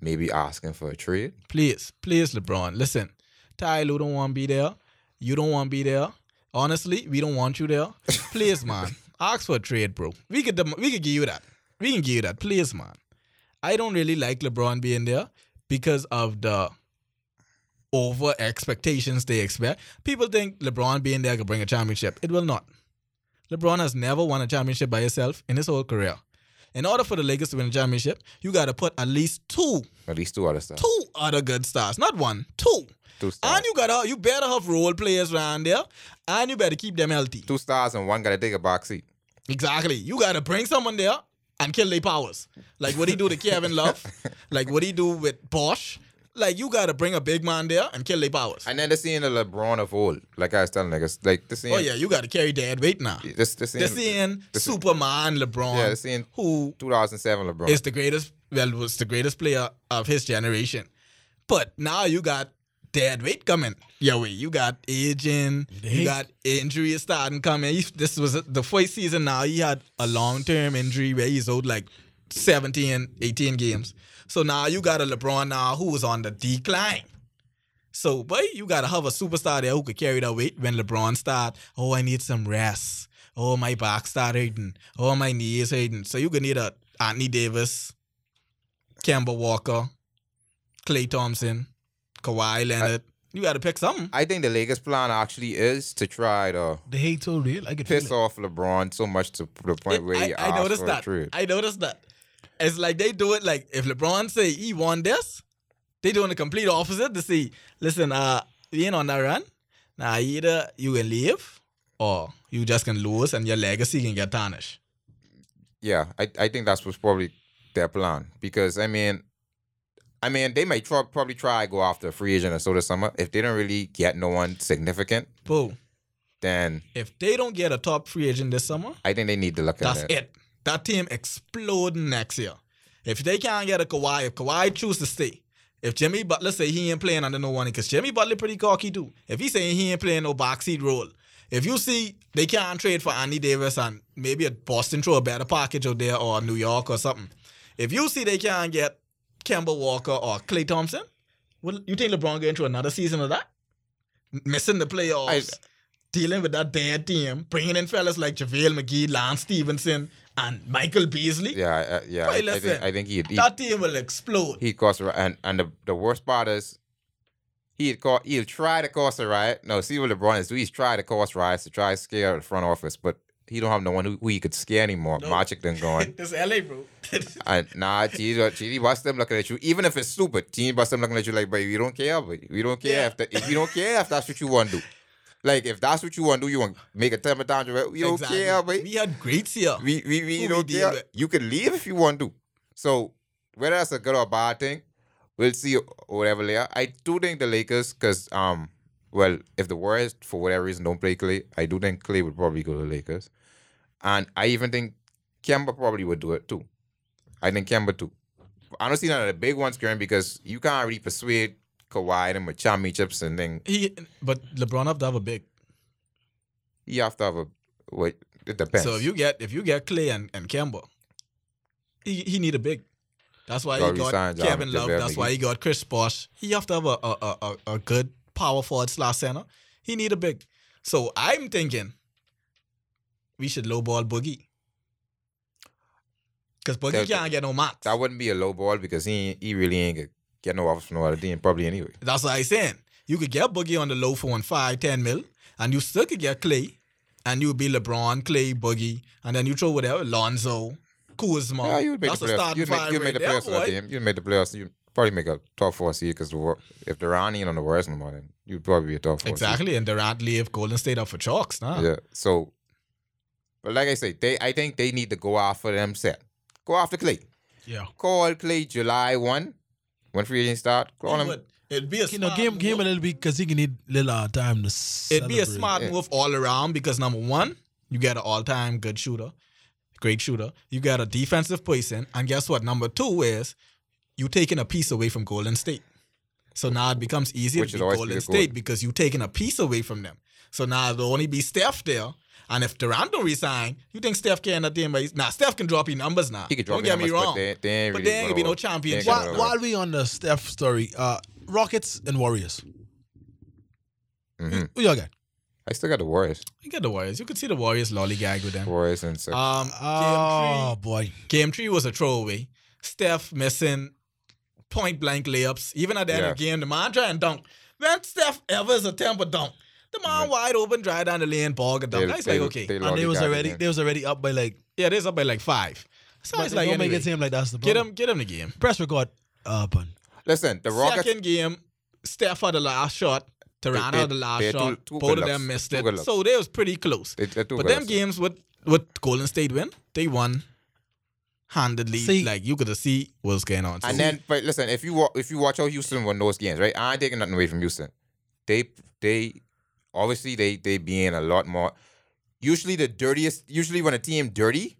Speaker 2: maybe asking for a trade?
Speaker 3: Please, please, LeBron. Listen, Ty Lue don't want to be there. You don't want to be there. Honestly, we don't want you there. Please, man. Ask for a trade, bro. We could dem- we could give you that. We can give you that. Please, man. I don't really like LeBron being there because of the over expectations they expect. People think LeBron being there could bring a championship. It will not. LeBron has never won a championship by himself in his whole career. In order for the Lakers to win a championship, you got to put at least two
Speaker 2: At least two other stuff.
Speaker 3: two other good stars, not one, two.
Speaker 2: Two stars.
Speaker 3: And you gotta, you better have role players around there, and you better keep them healthy.
Speaker 2: Two stars and one got to take a back seat.
Speaker 3: Exactly. You gotta bring someone there and kill their powers. Like what he do to Kevin Love, like what he do with Bosch. Like you gotta bring a big man there and kill their powers.
Speaker 2: And then they're seeing the LeBron of old. Like I was telling niggas, like they're seeing.
Speaker 3: oh yeah, you gotta carry dead weight now.
Speaker 2: This, this
Speaker 3: They're seeing
Speaker 2: this-
Speaker 3: Superman LeBron,
Speaker 2: Yeah, they're seeing
Speaker 3: who
Speaker 2: 2007 LeBron.
Speaker 3: is the greatest. Well, was the greatest player of his generation. But now you got dead weight coming your way. You got aging. You got injuries starting coming. He- This was the first season. Now he had a long term injury where he's out like 17, 18 games. So now you got a LeBron now who was on the decline. So, boy, you gotta have a superstar there who could carry that weight when LeBron start. Oh, I need some rest. Oh, my back start hurting. Oh, my knee is hurting. So you could need a Anthony Davis, Kemba Walker, Clay Thompson, Kawhi Leonard. you gotta pick something.
Speaker 2: I think the Lakers' plan actually is to try to
Speaker 1: The hate so real. I get
Speaker 2: piss off LeBron so much to the point where he
Speaker 3: I, I
Speaker 2: asks
Speaker 3: noticed
Speaker 2: for a
Speaker 3: that.
Speaker 2: trade.
Speaker 3: I noticed that. It's like they do it like if LeBron say he won this, they doing the complete opposite to see. Listen, uh, you ain't on that run. Now either you can leave or you just can lose and your legacy can get tarnished.
Speaker 2: Yeah, I, I think that's was probably their plan because I mean, I mean they might try, probably try go after a free agent or so this summer if they don't really get no one significant.
Speaker 3: Boo.
Speaker 2: Then
Speaker 3: If they don't get a top free agent this summer,
Speaker 2: I think they need to look
Speaker 3: that's
Speaker 2: at
Speaker 3: it. That team exploding next year. If they can't get a Kawhi, if Kawhi choose to stay, if Jimmy Butler say he ain't playing under no one, because Jimmy Butler pretty cocky too. If he saying he ain't playing no backseat role, if you see they can't trade for Andy Davis and maybe a Boston throw a better package out there or New York or something. If you see they can't get Kemba Walker or Clay Thompson, well, you think LeBron going through another season of that? M- Missing the playoffs,
Speaker 2: I-
Speaker 3: dealing with that dead team, bringing in fellas like JaVale McGee, Lance Stevenson, and Michael Beasley.
Speaker 2: Yeah, uh, yeah. I,
Speaker 3: Wait,
Speaker 2: I
Speaker 3: listen.
Speaker 2: think I think he he,
Speaker 3: That team will explode.
Speaker 2: he caused a ri- and and the, the worst part is he had caught he'll try to cause a riot. No, see what LeBron is. do. He's tried to cause riots to try to scare the front office, but he don't have no one who, who he could scare anymore. Magic done gone.
Speaker 3: this LA, bro.
Speaker 2: and nah, Genie, Genie bust them looking at you. Even if it's stupid, Genie bust them looking at you like, but you don't care, but we don't care
Speaker 3: Yeah.
Speaker 2: if that, if you don't care if that's what you want to do. Like if that's what you want to do, you want to make a temper tantrum. We don't care, but
Speaker 3: We had greats here.
Speaker 2: we we, we
Speaker 3: Who
Speaker 2: don't
Speaker 3: we deal
Speaker 2: care.
Speaker 3: with.
Speaker 2: You can leave if you want to. So whether that's a good or bad thing, we'll see whatever later. I do think the Lakers, because um, well, if the Warriors for whatever reason don't play Clay, I do think Clay would probably go to the Lakers, and I even think Kemba probably would do it too. I think Kemba too. I don't see none of the big ones, Karen, because you can't really persuade Kawhi and with championships and then
Speaker 3: He, but LeBron have to have a big.
Speaker 2: you have to have a wait. It depends.
Speaker 3: So if you get if you get Clay and, and Kemba, he, he need a big. That's why
Speaker 2: Gotta
Speaker 3: he got
Speaker 2: resign Jonathan
Speaker 3: Kevin Love.
Speaker 2: Javale
Speaker 3: That's why
Speaker 2: McGee.
Speaker 3: he got Chris Bosh. He have to have a a, a, a, a good power forward slash center. He need a big. So I'm thinking we should lowball Boogie. Because Boogie
Speaker 2: That-
Speaker 3: can't get no max.
Speaker 2: That wouldn't be a low ball because he ain't- he really ain't gonna get no offers from no other team probably anyway.
Speaker 3: That's what I'm saying. You could get Boogie on the low for one five, 10 mil, and you still could get Clay, and you would be LeBron, Clay, Boogie, and then you throw whatever, Lonzo, Kuzma.
Speaker 2: yeah, you would make
Speaker 3: That's
Speaker 2: the
Speaker 3: a
Speaker 2: playoffs.
Speaker 3: starting
Speaker 2: You'd make,
Speaker 3: five
Speaker 2: you'd make
Speaker 3: right
Speaker 2: the
Speaker 3: there,
Speaker 2: playoffs for that
Speaker 3: boy.
Speaker 2: team. You'd make the playoffs. You'd probably make a top four seed because if Durant ain't on the Warriors no more, then you'd probably be a top four. seed.
Speaker 3: Exactly, and Durant leave Golden State up for chalks now.
Speaker 2: Yeah. So, but like I say, they I think they need to go after them set. Go after Clay.
Speaker 1: Yeah.
Speaker 2: Call Clay July one when free agent start. Call him.
Speaker 3: It'd be a
Speaker 1: You know,
Speaker 3: smart
Speaker 1: give him, give him a
Speaker 3: move.
Speaker 1: little bit because he can need little uh, time to
Speaker 3: It'd be a
Speaker 1: celebrate.
Speaker 3: smart
Speaker 2: Yeah.
Speaker 3: move all around because number one, you get an all-time good shooter, great shooter. You got a defensive person, and guess what? Number two is you taking a piece away from Golden State. So now it becomes easier
Speaker 2: Which
Speaker 3: to
Speaker 2: is
Speaker 3: be
Speaker 2: always
Speaker 3: Golden
Speaker 2: be the goal.
Speaker 3: State because you taking a piece away from them. So now it'll only be Steph there. And if Durant don't resign, you think Steph can that team? Now nah, Steph can drop his numbers now.
Speaker 2: He could drop
Speaker 3: don't get
Speaker 2: numbers,
Speaker 3: me wrong.
Speaker 2: But they, they ain't
Speaker 3: But
Speaker 2: really
Speaker 3: they ain't
Speaker 2: gonna
Speaker 3: be no
Speaker 2: work. They ain't
Speaker 3: championship.
Speaker 2: gonna
Speaker 1: While,
Speaker 2: work.
Speaker 1: while we on the Steph story, uh, Rockets and Warriors.
Speaker 2: Mhm.
Speaker 1: Who y'all got?
Speaker 2: I still got the Warriors.
Speaker 3: You get the Warriors. You could see the Warriors lollygag with them.
Speaker 2: Warriors and so.
Speaker 3: Um,
Speaker 1: Oh boy,
Speaker 3: game three, game three was a throwaway. Steph missing point blank layups. Even at the end of the game, the man try and dunk. When Steph ever is a temper dunk, the man wide open, dry down the lane, ball get dunk. I was like, okay, uh,
Speaker 1: and they was
Speaker 2: lollygagged
Speaker 1: already
Speaker 2: again.
Speaker 1: they was already up by like.
Speaker 3: yeah, this up by like five. So
Speaker 1: But
Speaker 3: it's
Speaker 1: they
Speaker 3: like,
Speaker 1: don't
Speaker 3: anyway,
Speaker 1: make it seem like that's the
Speaker 3: get
Speaker 1: problem.
Speaker 3: him, get him the game.
Speaker 1: Press record. Uh, button.
Speaker 2: Listen, the Rockets.
Speaker 3: Second game, Steph had the last shot. Toronto
Speaker 2: they-
Speaker 3: had the last
Speaker 2: they're two-
Speaker 3: shot.
Speaker 2: two
Speaker 3: Both
Speaker 2: good
Speaker 3: of them
Speaker 2: looks.
Speaker 3: missed
Speaker 2: Two
Speaker 3: it.
Speaker 2: good
Speaker 3: So they was pretty close.
Speaker 2: They- they're two
Speaker 3: but
Speaker 2: good
Speaker 3: them
Speaker 2: looks.
Speaker 3: games with with Golden State win, they won handedly.
Speaker 1: See-
Speaker 3: like you could see what's going on. So
Speaker 2: And then, but listen, if you wa- if you watch how Houston won those games, right? I ain't taking nothing away from Houston. They they obviously they they being a lot more. Usually the dirtiest. Usually when a team dirty,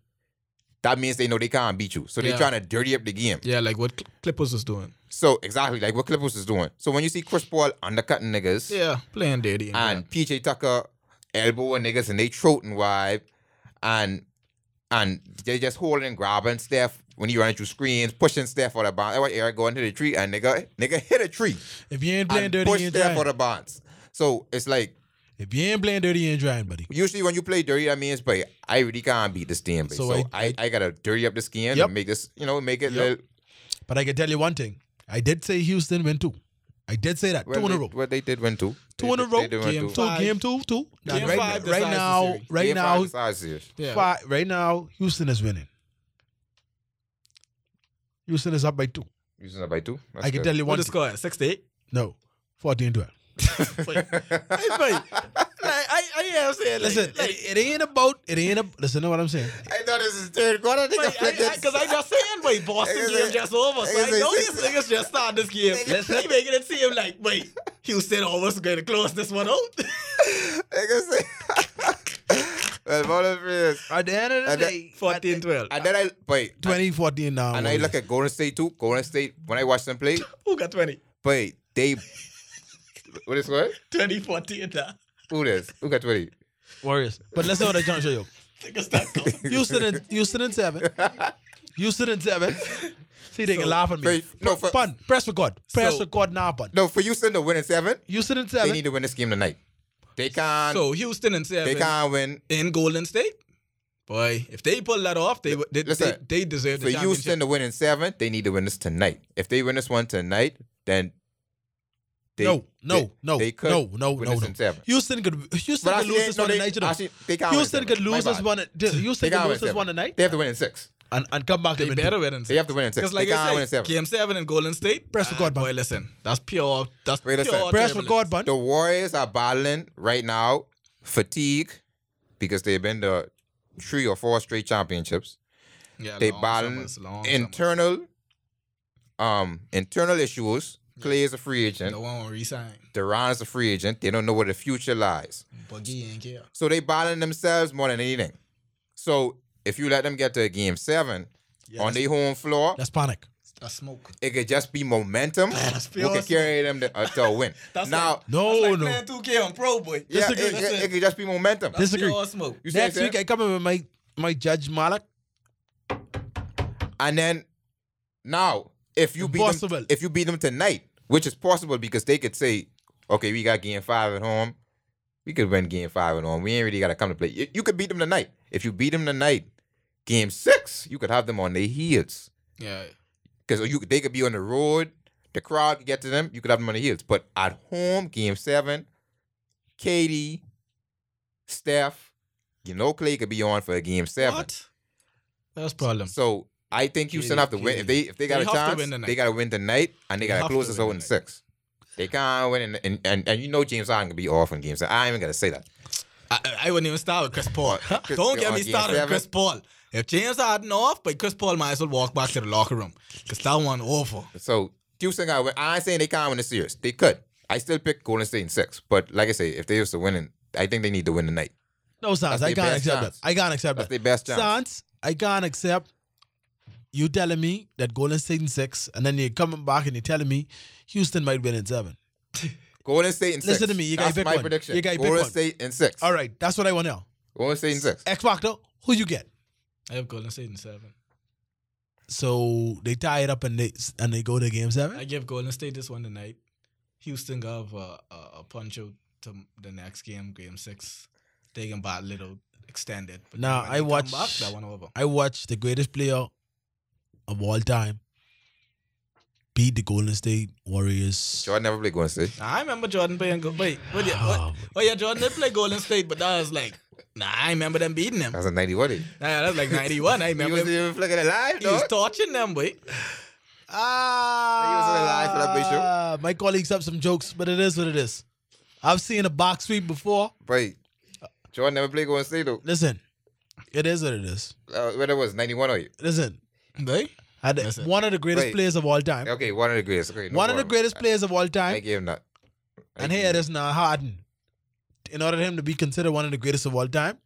Speaker 2: that means they know they can't beat you, so they're
Speaker 3: Yeah.
Speaker 2: trying to dirty up the game.
Speaker 3: yeah, like what Cl- Clippers was doing.
Speaker 2: So exactly like what Clippers is doing. So when you see Chris Paul undercutting niggas,
Speaker 3: Yeah, playing dirty.
Speaker 2: and PJ Tucker elbowing niggas and they troting wide, and and they just holding, grabbing Steph when he running through screens, pushing Steph for the bounce. That way Eric going to the tree and nigga nigga hit a tree
Speaker 1: If you ain't playing
Speaker 2: and
Speaker 1: dirty, you
Speaker 2: push
Speaker 1: ain't
Speaker 2: Steph for
Speaker 1: trying.
Speaker 2: the bounce. So it's like
Speaker 1: If you ain't playing dirty, you ain't trying, buddy.
Speaker 2: usually when you play dirty, that means but I really can't beat this team. babe.
Speaker 1: So
Speaker 2: So,
Speaker 1: I-
Speaker 2: I, I, gotta dirty up the skin
Speaker 1: Yep.
Speaker 2: and make this you know make it
Speaker 3: Yep.
Speaker 2: little,
Speaker 1: But I can tell you one thing. I did say Houston win two. I did say that
Speaker 2: well,
Speaker 1: two in a
Speaker 2: they,
Speaker 1: row.
Speaker 2: Well, they did win two.
Speaker 1: Two in
Speaker 2: They
Speaker 1: a
Speaker 2: did- they
Speaker 1: row.
Speaker 2: did win
Speaker 3: Game
Speaker 2: two.
Speaker 1: So
Speaker 3: five.
Speaker 1: game two, two.
Speaker 3: Game
Speaker 1: right, right
Speaker 3: five decides the
Speaker 1: now,
Speaker 3: series.
Speaker 1: right
Speaker 2: Game
Speaker 1: now,
Speaker 2: five is ours here.
Speaker 3: yeah.
Speaker 1: fi- right now, Houston is winning. Houston is up by two.
Speaker 2: Houston up by two. That's
Speaker 1: I can
Speaker 2: good.
Speaker 1: tell you
Speaker 3: What
Speaker 1: one.
Speaker 3: the score? Six to eight.
Speaker 1: No, 14 12.
Speaker 3: Hey, boy. Like, I, I, yeah, I'm saying. Like,
Speaker 1: Listen,
Speaker 3: like,
Speaker 1: it, it ain't about. It ain't. A, listen to what I'm saying.
Speaker 2: I know this is third quarter. Nigga,
Speaker 3: Because I, I, 'cause I just saying, wait, Boston
Speaker 2: Niggas
Speaker 3: game
Speaker 2: say-
Speaker 3: just over. So
Speaker 2: niggas
Speaker 3: I
Speaker 2: say
Speaker 3: know these
Speaker 2: six-
Speaker 3: niggas just started this game.
Speaker 2: Niggas-
Speaker 3: They making it seem like, wait, Houston almost going to close this one out.
Speaker 2: say, well, Marlon Fierce.
Speaker 1: At the end of the
Speaker 2: And that-
Speaker 1: day,
Speaker 3: 14 12.
Speaker 2: And then I wait.
Speaker 1: 2014 now.
Speaker 2: And I look at Golden State too. Golden State. When I watch them play,
Speaker 3: Who got 20?
Speaker 2: wait, they. what is what?
Speaker 3: 20 14 now.
Speaker 2: Who this? Who got twenty?
Speaker 1: Warriors. But let's know what I trying to show you.
Speaker 3: Niggas not going.
Speaker 1: Houston and Houston and seven. Houston and seven. See, they can laugh at me.
Speaker 2: so- no, for-
Speaker 1: pun. Press record. Press
Speaker 3: So-
Speaker 1: record now, pun.
Speaker 2: No, for Houston to win in seven,
Speaker 1: Houston and
Speaker 2: they
Speaker 1: seven.
Speaker 2: need to win this game tonight. They can't.
Speaker 3: So Houston and
Speaker 2: they
Speaker 3: seven
Speaker 2: can't win.
Speaker 3: in Golden State. Boy, if they pull that off, they would- they, they,
Speaker 2: Listen,
Speaker 3: they deserve
Speaker 2: For
Speaker 3: the championship.
Speaker 2: Houston to win in seven, they need to win this tonight. If they win this one tonight, then they,
Speaker 1: no, no,
Speaker 2: they-
Speaker 1: no,
Speaker 2: they could
Speaker 1: no, no,
Speaker 2: win
Speaker 1: no,
Speaker 2: this
Speaker 1: no.
Speaker 2: in seven.
Speaker 1: Houston could Houston
Speaker 2: But
Speaker 1: could
Speaker 2: actually,
Speaker 1: lose this
Speaker 2: no,
Speaker 1: one
Speaker 2: they-
Speaker 1: tonight. You know.
Speaker 2: actually, they can't win
Speaker 1: Houston
Speaker 2: seven.
Speaker 1: could
Speaker 2: My
Speaker 1: lose this
Speaker 2: bad.
Speaker 1: one.
Speaker 2: They
Speaker 1: Houston
Speaker 2: can't
Speaker 1: could
Speaker 2: win
Speaker 1: lose this
Speaker 2: seven.
Speaker 1: one tonight
Speaker 2: They have to win in six.
Speaker 1: and, and come back.
Speaker 3: They
Speaker 1: and
Speaker 3: better win in
Speaker 2: They have to win in six.
Speaker 3: Because like
Speaker 2: they can't
Speaker 3: I
Speaker 2: win in
Speaker 3: said,
Speaker 2: seven.
Speaker 3: game seven in Golden State.
Speaker 1: Press
Speaker 3: ah,
Speaker 1: record button.
Speaker 3: Boy, listen, that's pure. That's
Speaker 2: Wait, listen.
Speaker 3: pure.
Speaker 1: Press
Speaker 3: turbulence.
Speaker 1: record button.
Speaker 2: The Warriors are battling right now fatigue because they've been the three or four straight championships.
Speaker 3: Yeah,
Speaker 2: They
Speaker 3: long
Speaker 2: battling
Speaker 3: summers, long summers.
Speaker 2: internal um internal issues. Clay is a free agent.
Speaker 3: No one will resign.
Speaker 2: Durant is a free agent. They don't know where the future lies.
Speaker 3: Boogie ain't care.
Speaker 2: So they battling themselves more than anything. So if you let them get to a game seven on their home floor,
Speaker 1: That's panic.
Speaker 3: That's smoke.
Speaker 2: it could just be momentum. We
Speaker 3: pure
Speaker 2: could carry them to, uh, to a win.
Speaker 3: That's
Speaker 2: now,
Speaker 3: like-
Speaker 1: No,
Speaker 3: that's like
Speaker 1: no.
Speaker 3: playing 2K on Pro Boy.
Speaker 2: yeah, it,
Speaker 1: disagree.
Speaker 2: it- it could just be momentum.
Speaker 3: That's
Speaker 1: Disagree.
Speaker 3: pure smoke.
Speaker 2: You see what I'm
Speaker 1: Next week
Speaker 2: saying?
Speaker 1: I come in with my my Judge Malak.
Speaker 2: and then now, if you beat
Speaker 1: Impossible.
Speaker 2: them, if you beat them tonight, which is possible because they could say, okay, we got game five at home. We could win game five at home. We ain't really got to come to play. You, you could beat them tonight. If you beat them tonight, game six, you could have them on their heels.
Speaker 3: Yeah.
Speaker 2: because you they could be on the road, the crowd could get to them, you could have them on the heels. But at home, game seven, Katie, Steph, you know Clay could be on for a game seven.
Speaker 3: What? That's problem.
Speaker 2: So I think Houston
Speaker 3: KD,
Speaker 2: have to win. If they if they got
Speaker 3: They
Speaker 2: a
Speaker 3: have to win
Speaker 2: chance,
Speaker 3: tonight.
Speaker 2: they gotta win tonight and they,
Speaker 3: have
Speaker 2: gotta close
Speaker 3: to
Speaker 2: this
Speaker 3: win
Speaker 2: out in
Speaker 3: tonight.
Speaker 2: six. They can't win and and, and, and you know James Harden could be off in game seven. I ain't even gonna say that.
Speaker 3: I, I wouldn't even start with Chris Paul.
Speaker 2: Chris-
Speaker 3: Don't get
Speaker 2: on
Speaker 3: me
Speaker 2: game
Speaker 3: started with
Speaker 2: seven.
Speaker 3: Chris Paul. If James Harden off, but Chris Paul might as well walk back to the locker room. Because that one awful.
Speaker 2: So Houston got to win. I ain't saying they can't win the series. They could. I still pick Golden State in six. But like I say, if they was to win, in- I think they need to win tonight.
Speaker 1: No, Sans,
Speaker 2: That's
Speaker 1: I
Speaker 2: their
Speaker 1: can't
Speaker 2: best
Speaker 1: accept
Speaker 2: chance.
Speaker 1: that. I can't accept
Speaker 2: That's
Speaker 1: that.
Speaker 2: their best chance.
Speaker 1: Sans, I can't accept you telling me that Golden State in six, and then you're coming back and you're telling me Houston might win in seven.
Speaker 2: Golden State in six.
Speaker 1: Listen to me, you gotta
Speaker 2: That's
Speaker 1: pick
Speaker 2: my
Speaker 1: one.
Speaker 2: prediction.
Speaker 1: You gotta pick
Speaker 2: Golden
Speaker 1: one.
Speaker 2: State in six.
Speaker 1: All right, Eh. that's what I want now.
Speaker 2: Golden State in six.
Speaker 1: X Factor, who you get?
Speaker 3: I have Golden State in seven.
Speaker 1: So they tie it up and they and they go to game
Speaker 3: I
Speaker 1: seven.
Speaker 3: give Golden State this one tonight. Houston got a, a, a punch out to the next game, game six. They can bat little extended. But
Speaker 1: Now,
Speaker 3: when
Speaker 1: I
Speaker 3: they come
Speaker 1: watch-
Speaker 3: back, that one over.
Speaker 1: I watched the greatest player of all time beat the Golden State Warriors.
Speaker 2: Jordan never played Golden State.
Speaker 3: I remember Jordan playing. Go- wait, what, yeah, what-
Speaker 1: Oh,
Speaker 3: oh yeah, Jordan did play Golden State, but that was like, nah, I remember them beating them.
Speaker 2: That was a 91. eh?
Speaker 3: Nah, that was like '91. I
Speaker 2: He
Speaker 3: remember.
Speaker 2: wasn't
Speaker 3: him.
Speaker 2: even flicking alive,
Speaker 3: He was
Speaker 2: dog.
Speaker 3: torching them, boy.
Speaker 1: Ah,
Speaker 2: He was alive for that big show.
Speaker 1: My colleagues have some jokes, but it is what it is. I've seen a box sweep before.
Speaker 2: Wait. Jordan never played Golden State, though.
Speaker 1: Listen, it is what it is.
Speaker 2: Uh, whether it was 91 or you.
Speaker 1: Listen,
Speaker 3: Boy,
Speaker 1: I did-
Speaker 3: Listen.
Speaker 1: one of the greatest
Speaker 2: Wait.
Speaker 1: players of all time.
Speaker 2: Okay, one of the greatest. Okay, no
Speaker 1: one of the
Speaker 2: problem.
Speaker 1: greatest players of all
Speaker 2: I, I
Speaker 1: time.
Speaker 2: gave him that. I
Speaker 1: And
Speaker 2: gave
Speaker 1: here it
Speaker 2: him-
Speaker 1: is now, Harden. In order for him to be considered one of the greatest of all time,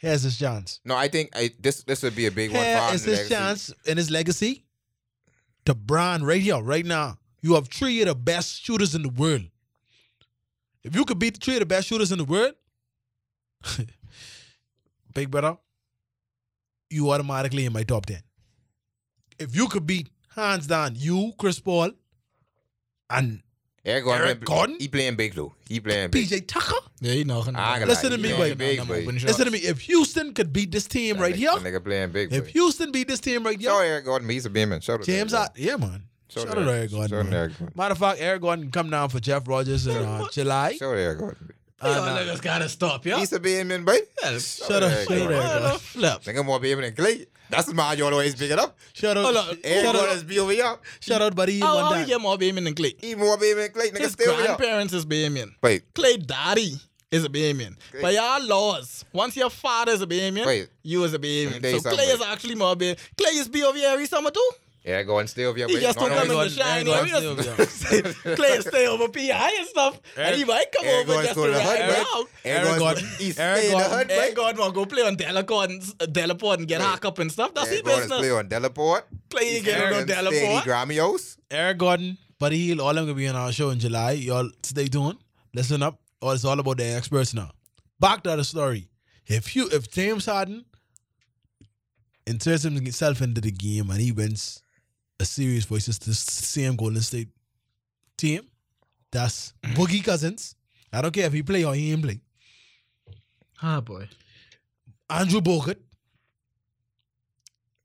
Speaker 1: here's his chance.
Speaker 2: No, I think I, this this would be a big one for
Speaker 1: Here
Speaker 2: Harden
Speaker 1: is his
Speaker 2: legacy.
Speaker 1: chance in his legacy to brand right here, right now. You have three of the best shooters in the world. If you could beat three of the best shooters in the world, big brother, you automatically in my top 10. If you could beat, hands down, you, Chris Paul, and
Speaker 2: Eric Gordon.
Speaker 1: Eric Gordon?
Speaker 2: He playing big, though. He playing big.
Speaker 1: PJ Tucker,
Speaker 3: yeah, he knocking.
Speaker 2: I ain't gonna
Speaker 1: Listen to
Speaker 2: lie, he
Speaker 1: me,
Speaker 2: playing
Speaker 1: boy.
Speaker 2: Big, boy.
Speaker 1: listen to me. If Houston could beat this team
Speaker 2: That
Speaker 1: right
Speaker 2: nigga-
Speaker 1: here,
Speaker 2: that Nigga playing big,
Speaker 1: if
Speaker 2: boy.
Speaker 1: Houston beat this team right here,
Speaker 2: Shout out Eric Gordon, but he's a big man. Shout out to
Speaker 1: James
Speaker 2: Eric
Speaker 1: out. Yeah, man.
Speaker 2: Gordon.
Speaker 1: Shout out to Eric Gordon.
Speaker 2: Shout out to
Speaker 1: man.
Speaker 2: Eric Gordon.
Speaker 1: Matter of fact, Eric Gordon come down for Jeff Rogers in uh, July.
Speaker 2: Shout out to Eric Gordon.
Speaker 3: Y'all niggas gotta stop, yeah.
Speaker 2: He's a being man, boy.
Speaker 1: Shut up, shut up.
Speaker 3: Well, no, flip.
Speaker 2: Nigga more be able to clay. That's why you always pick it up.
Speaker 1: Shout out,
Speaker 3: Hold on.
Speaker 1: shout
Speaker 2: Everyone
Speaker 1: out,
Speaker 2: is be over here.
Speaker 1: shout out, buddy.
Speaker 3: How
Speaker 1: one
Speaker 3: are
Speaker 1: time.
Speaker 3: your mom Bahamian and Clay?
Speaker 2: He more be able to clay. Nigga
Speaker 3: His
Speaker 2: stay over here.
Speaker 3: grandparents is Bahamian.
Speaker 2: Wait,
Speaker 3: Clay daddy is a Bahamian. But y'all laws. Once your father is a Bahamian,
Speaker 2: Wait.
Speaker 3: you is a
Speaker 2: Let me tell you
Speaker 3: Bahamian. So
Speaker 2: something,
Speaker 3: Clay is
Speaker 2: wait.
Speaker 3: actually more Bahamian. Clay is be over here every summer too.
Speaker 2: yeah, go and stay over here.
Speaker 3: He
Speaker 2: boy.
Speaker 3: just
Speaker 2: No,
Speaker 3: don't
Speaker 2: no,
Speaker 3: come
Speaker 2: no,
Speaker 3: in the
Speaker 2: no.
Speaker 3: shine.
Speaker 4: I ain't
Speaker 3: you know,
Speaker 4: going
Speaker 3: he
Speaker 4: to
Speaker 3: just- Clay stay over PI and stuff. And he might come
Speaker 2: Eric
Speaker 3: over
Speaker 2: goes
Speaker 3: just
Speaker 2: to
Speaker 3: to
Speaker 2: the
Speaker 3: ride
Speaker 2: hut,
Speaker 3: around.
Speaker 2: boy. Eric
Speaker 1: Gordon.
Speaker 2: goes- He
Speaker 1: Eric
Speaker 2: stay in the
Speaker 1: Gordon.
Speaker 2: hut,
Speaker 3: Eric
Speaker 2: boy.
Speaker 3: Gordon will go play on Delacorte and, uh, Delaport and get hacked up and stuff. That's his
Speaker 2: Eric Gordon's play
Speaker 3: business.
Speaker 2: on Delaport.
Speaker 3: Clay ain't getting no
Speaker 2: Eric and stay in
Speaker 3: Delaport.
Speaker 2: Gramios.
Speaker 1: Eric Gordon, Buddy Hill, all of them gonna be on our show in July. Y'all stay tuned. Listen up. All it's all about the experts now. Back to the story. If you if James Harden inserts himself into the game and he wins a series versus the same Golden State team, that's Boogie Cousins. I don't care if he play or he ain't play.
Speaker 3: Ah, boy.
Speaker 1: Andrew Bogut.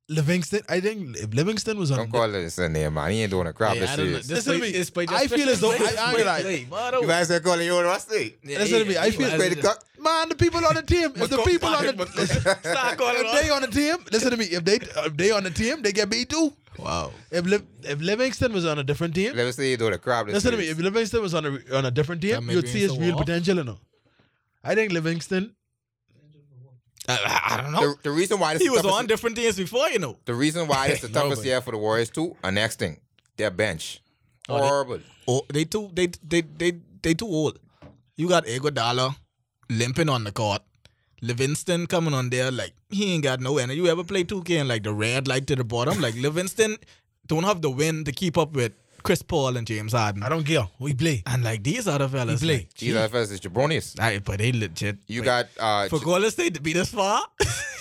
Speaker 1: Livingston, I think if Livingston was on
Speaker 2: Don't call this a name, man. He ain't doing a crap
Speaker 3: Yeah,
Speaker 2: this
Speaker 3: I don't know.
Speaker 2: series.
Speaker 3: This
Speaker 1: Listen to
Speaker 3: play-
Speaker 1: me.
Speaker 3: this play just
Speaker 1: I feel as though-
Speaker 3: Wait,
Speaker 1: I- I
Speaker 3: wait,
Speaker 1: realize-
Speaker 3: wait, wait,
Speaker 2: You might as well call it your rusty.
Speaker 3: Yeah,
Speaker 1: Listen to me, I
Speaker 3: you
Speaker 1: feel-
Speaker 3: might as
Speaker 2: Quit the
Speaker 3: well-
Speaker 2: cock.
Speaker 1: man, the people on the team. If the people on the
Speaker 3: Start calling
Speaker 1: if they on the team, listen to me. If they if they on the team, they get beat too.
Speaker 3: Wow.
Speaker 1: If Liv, if Livingston was on a different team,
Speaker 2: Let me see you doing a crap this
Speaker 1: listen to me.
Speaker 2: series.
Speaker 1: If Livingston was on a on a different
Speaker 3: That
Speaker 1: team,
Speaker 3: may
Speaker 1: you'd
Speaker 3: be
Speaker 1: see his
Speaker 3: so
Speaker 1: real
Speaker 3: off.
Speaker 1: potential. You know, I think Livingston.
Speaker 3: I, I don't know.
Speaker 2: The, the reason why this
Speaker 3: he
Speaker 2: is
Speaker 3: was
Speaker 2: toughest-
Speaker 3: on different teams before, you know.
Speaker 2: The reason why it's the
Speaker 3: No,
Speaker 2: toughest
Speaker 3: but-
Speaker 2: year for the Warriors too. Are next thing, their bench.
Speaker 3: Oh, they-
Speaker 2: Horrible.
Speaker 3: Oh, they too they they they they too old. You got Iguodala limping on the court. Livingston coming on there like he ain't got no energy. You ever play 2K and like the red light to the bottom? Like Livingston don't have the wind to keep up with Chris Paul and James Harden.
Speaker 1: I don't care. We play.
Speaker 3: And like these other fellas.
Speaker 1: He play.
Speaker 3: Like,
Speaker 2: These
Speaker 3: gee,
Speaker 2: other fellas is jabronis.
Speaker 3: aye, but they legit.
Speaker 2: You
Speaker 3: like,
Speaker 2: got uh,
Speaker 3: for
Speaker 2: J-
Speaker 3: Golden State to be this far?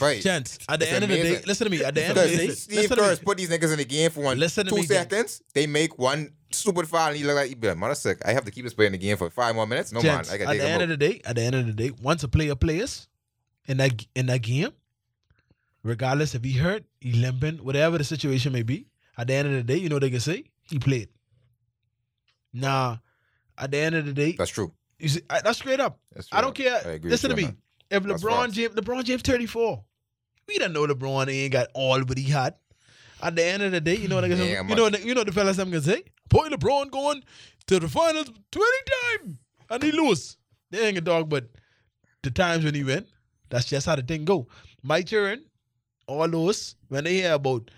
Speaker 2: right.
Speaker 1: Chance. At the
Speaker 2: It's
Speaker 1: end of the day,
Speaker 2: amazing.
Speaker 1: listen to me. At the end of the day,
Speaker 2: Because Steve
Speaker 1: listen
Speaker 2: Kerr
Speaker 1: to
Speaker 2: has
Speaker 1: me.
Speaker 2: put these niggas in the game for one
Speaker 1: Listen to
Speaker 2: two
Speaker 1: me, Jim.
Speaker 2: seconds. They make one stupid foul and you look like you be like, mother sick. I have to keep this player in the game for five more minutes. No
Speaker 1: Gents,
Speaker 2: man, I
Speaker 1: at
Speaker 2: can
Speaker 1: the
Speaker 2: take
Speaker 1: end
Speaker 2: him
Speaker 1: of
Speaker 2: out.
Speaker 1: the day, at the end of the day, once a player plays in that g- in that game, regardless if he hurt, he limping, whatever the situation may be, at the end of the day, you know what they can say he played. Nah, at the end of the day,
Speaker 2: That's true.
Speaker 1: you see, I, that's straight up.
Speaker 2: That's
Speaker 1: I don't
Speaker 2: true.
Speaker 1: care.
Speaker 2: agree
Speaker 1: Listen to
Speaker 2: with
Speaker 1: me.
Speaker 2: you on
Speaker 1: If
Speaker 2: That's
Speaker 1: LeBron
Speaker 2: facts.
Speaker 1: James, LeBron James, thirty four, we don't know LeBron ain't got all what he had. At the end of the day, you know what I
Speaker 2: Yeah,
Speaker 1: can
Speaker 2: I'm
Speaker 1: You know, what- you know what the fellas I'm gonna say. Boy, LeBron going to the finals twenty times and he lose. They ain't a dog, but the times when he win, that's just how the thing go. My children, all those when they hear about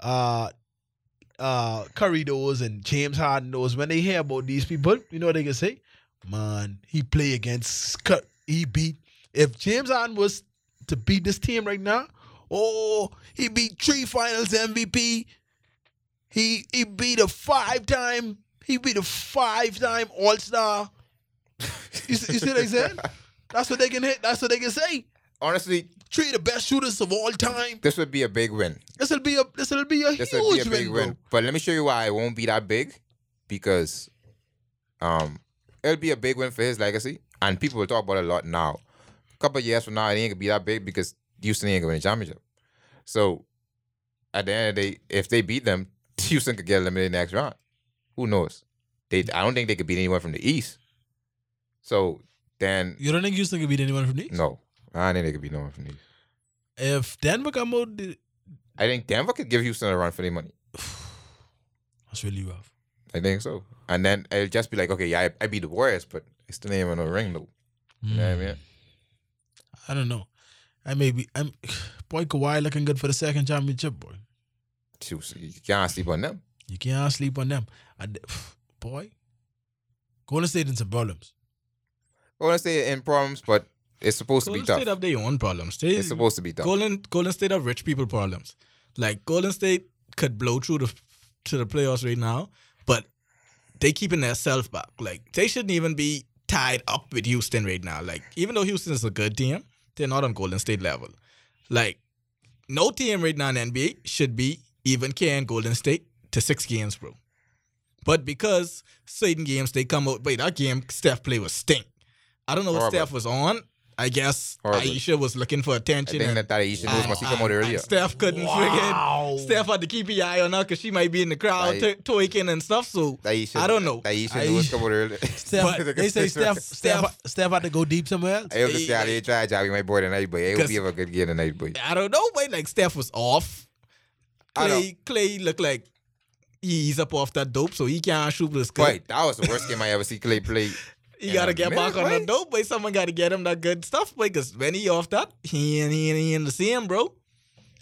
Speaker 1: uh uh Curry those and James Harden those when they hear about these people, you know what they can say? Man, he play against Cur- he beat if James Harden was to beat this team right now, oh, he beat three finals MVP. He he beat a five time, he beat a five time All Star. You, see- you see what I'm saying? That's what they can hit. That's what they can say.
Speaker 2: Honestly,
Speaker 1: Three of the best shooters of all time.
Speaker 2: this would be a big win.
Speaker 1: This will be a this will be a
Speaker 2: This would be
Speaker 1: huge
Speaker 2: a big
Speaker 1: win,
Speaker 2: win. But let me show you why it won't be that big, because um, it'll be a big win for his legacy, and people will talk about it a lot now. A couple of years from now, it ain't gonna be that big because Houston ain't gonna win the championship. So at the end of the day, if they beat them, Houston could get eliminated next round. Who knows? They, I don't think they could beat anyone from the East. So then,
Speaker 1: You don't think Houston can beat anyone from the East?
Speaker 2: no, I don't think they could beat no one from the East.
Speaker 1: If Denver come out, the-
Speaker 2: I think Denver could give Houston a run for their money.
Speaker 1: that's really rough.
Speaker 2: I think so. And then it'll just be like, okay, yeah, I, I beat the Warriors, but I still ain't even no ring though. You know what I mean?
Speaker 1: Hmm, I don't know. I may be. I'm boy Kawhi looking good for the second championship, boy.
Speaker 2: Shoot, You can't sleep on them.
Speaker 1: You can't sleep on them. I d boy, Golden State in some problems.
Speaker 2: I want to say in problems, but it's supposed
Speaker 3: Golden
Speaker 2: to be
Speaker 3: State
Speaker 2: tough.
Speaker 3: have their own problems. They,
Speaker 2: It's supposed to be tough.
Speaker 3: Golden Golden State have rich people problems. Like Golden State could blow through the to the playoffs right now, but they keeping their self back. Like they shouldn't even be tied up with Houston right now. Like even though Houston is a good team, they're not on Golden State level. Like no team right now in NBA should be even carrying Golden State to six games, bro. But because certain games they come out, wait, that game Steph play was stink. I don't know what
Speaker 2: Horrible.
Speaker 3: Steph was on. I guess
Speaker 2: Horrible.
Speaker 3: Aisha was looking for
Speaker 2: I
Speaker 3: attention.
Speaker 2: think
Speaker 3: and-
Speaker 2: that that Aisha knows
Speaker 3: and-
Speaker 2: must come out
Speaker 3: and-
Speaker 2: earlier.
Speaker 3: and Steph couldn't
Speaker 1: Wow.
Speaker 3: freaking. Steph had to keep an eye on her because she might be in the crowd
Speaker 2: Like-
Speaker 3: to- twerking and stuff. So
Speaker 2: That Aisha,
Speaker 3: I don't know.
Speaker 2: That Aisha knows
Speaker 1: Aisha-
Speaker 2: come out earlier.
Speaker 1: Steph,
Speaker 2: Look at
Speaker 1: they say
Speaker 2: this.
Speaker 1: Steph, Steph, Steph had to go deep somewhere else.
Speaker 2: I hope this
Speaker 3: Hey,
Speaker 2: guy didn't try to job my boy tonight, but I hope he
Speaker 3: Cause-
Speaker 2: have a good game tonight, boy.
Speaker 3: I don't know. Wait, like Steph was off.
Speaker 2: I know.
Speaker 3: Clay, Clay looked like he's up off that dope, so he can't shoot this good.
Speaker 2: Boy, that was the worst game I ever see Clay play.
Speaker 3: He
Speaker 2: in
Speaker 3: gotta
Speaker 2: a
Speaker 3: get
Speaker 2: minute,
Speaker 3: back on
Speaker 2: right?
Speaker 3: that dope, but someone gotta get him that good stuff, boy. Cause when he off that, he ain't he ain't, he ain't the same, bro.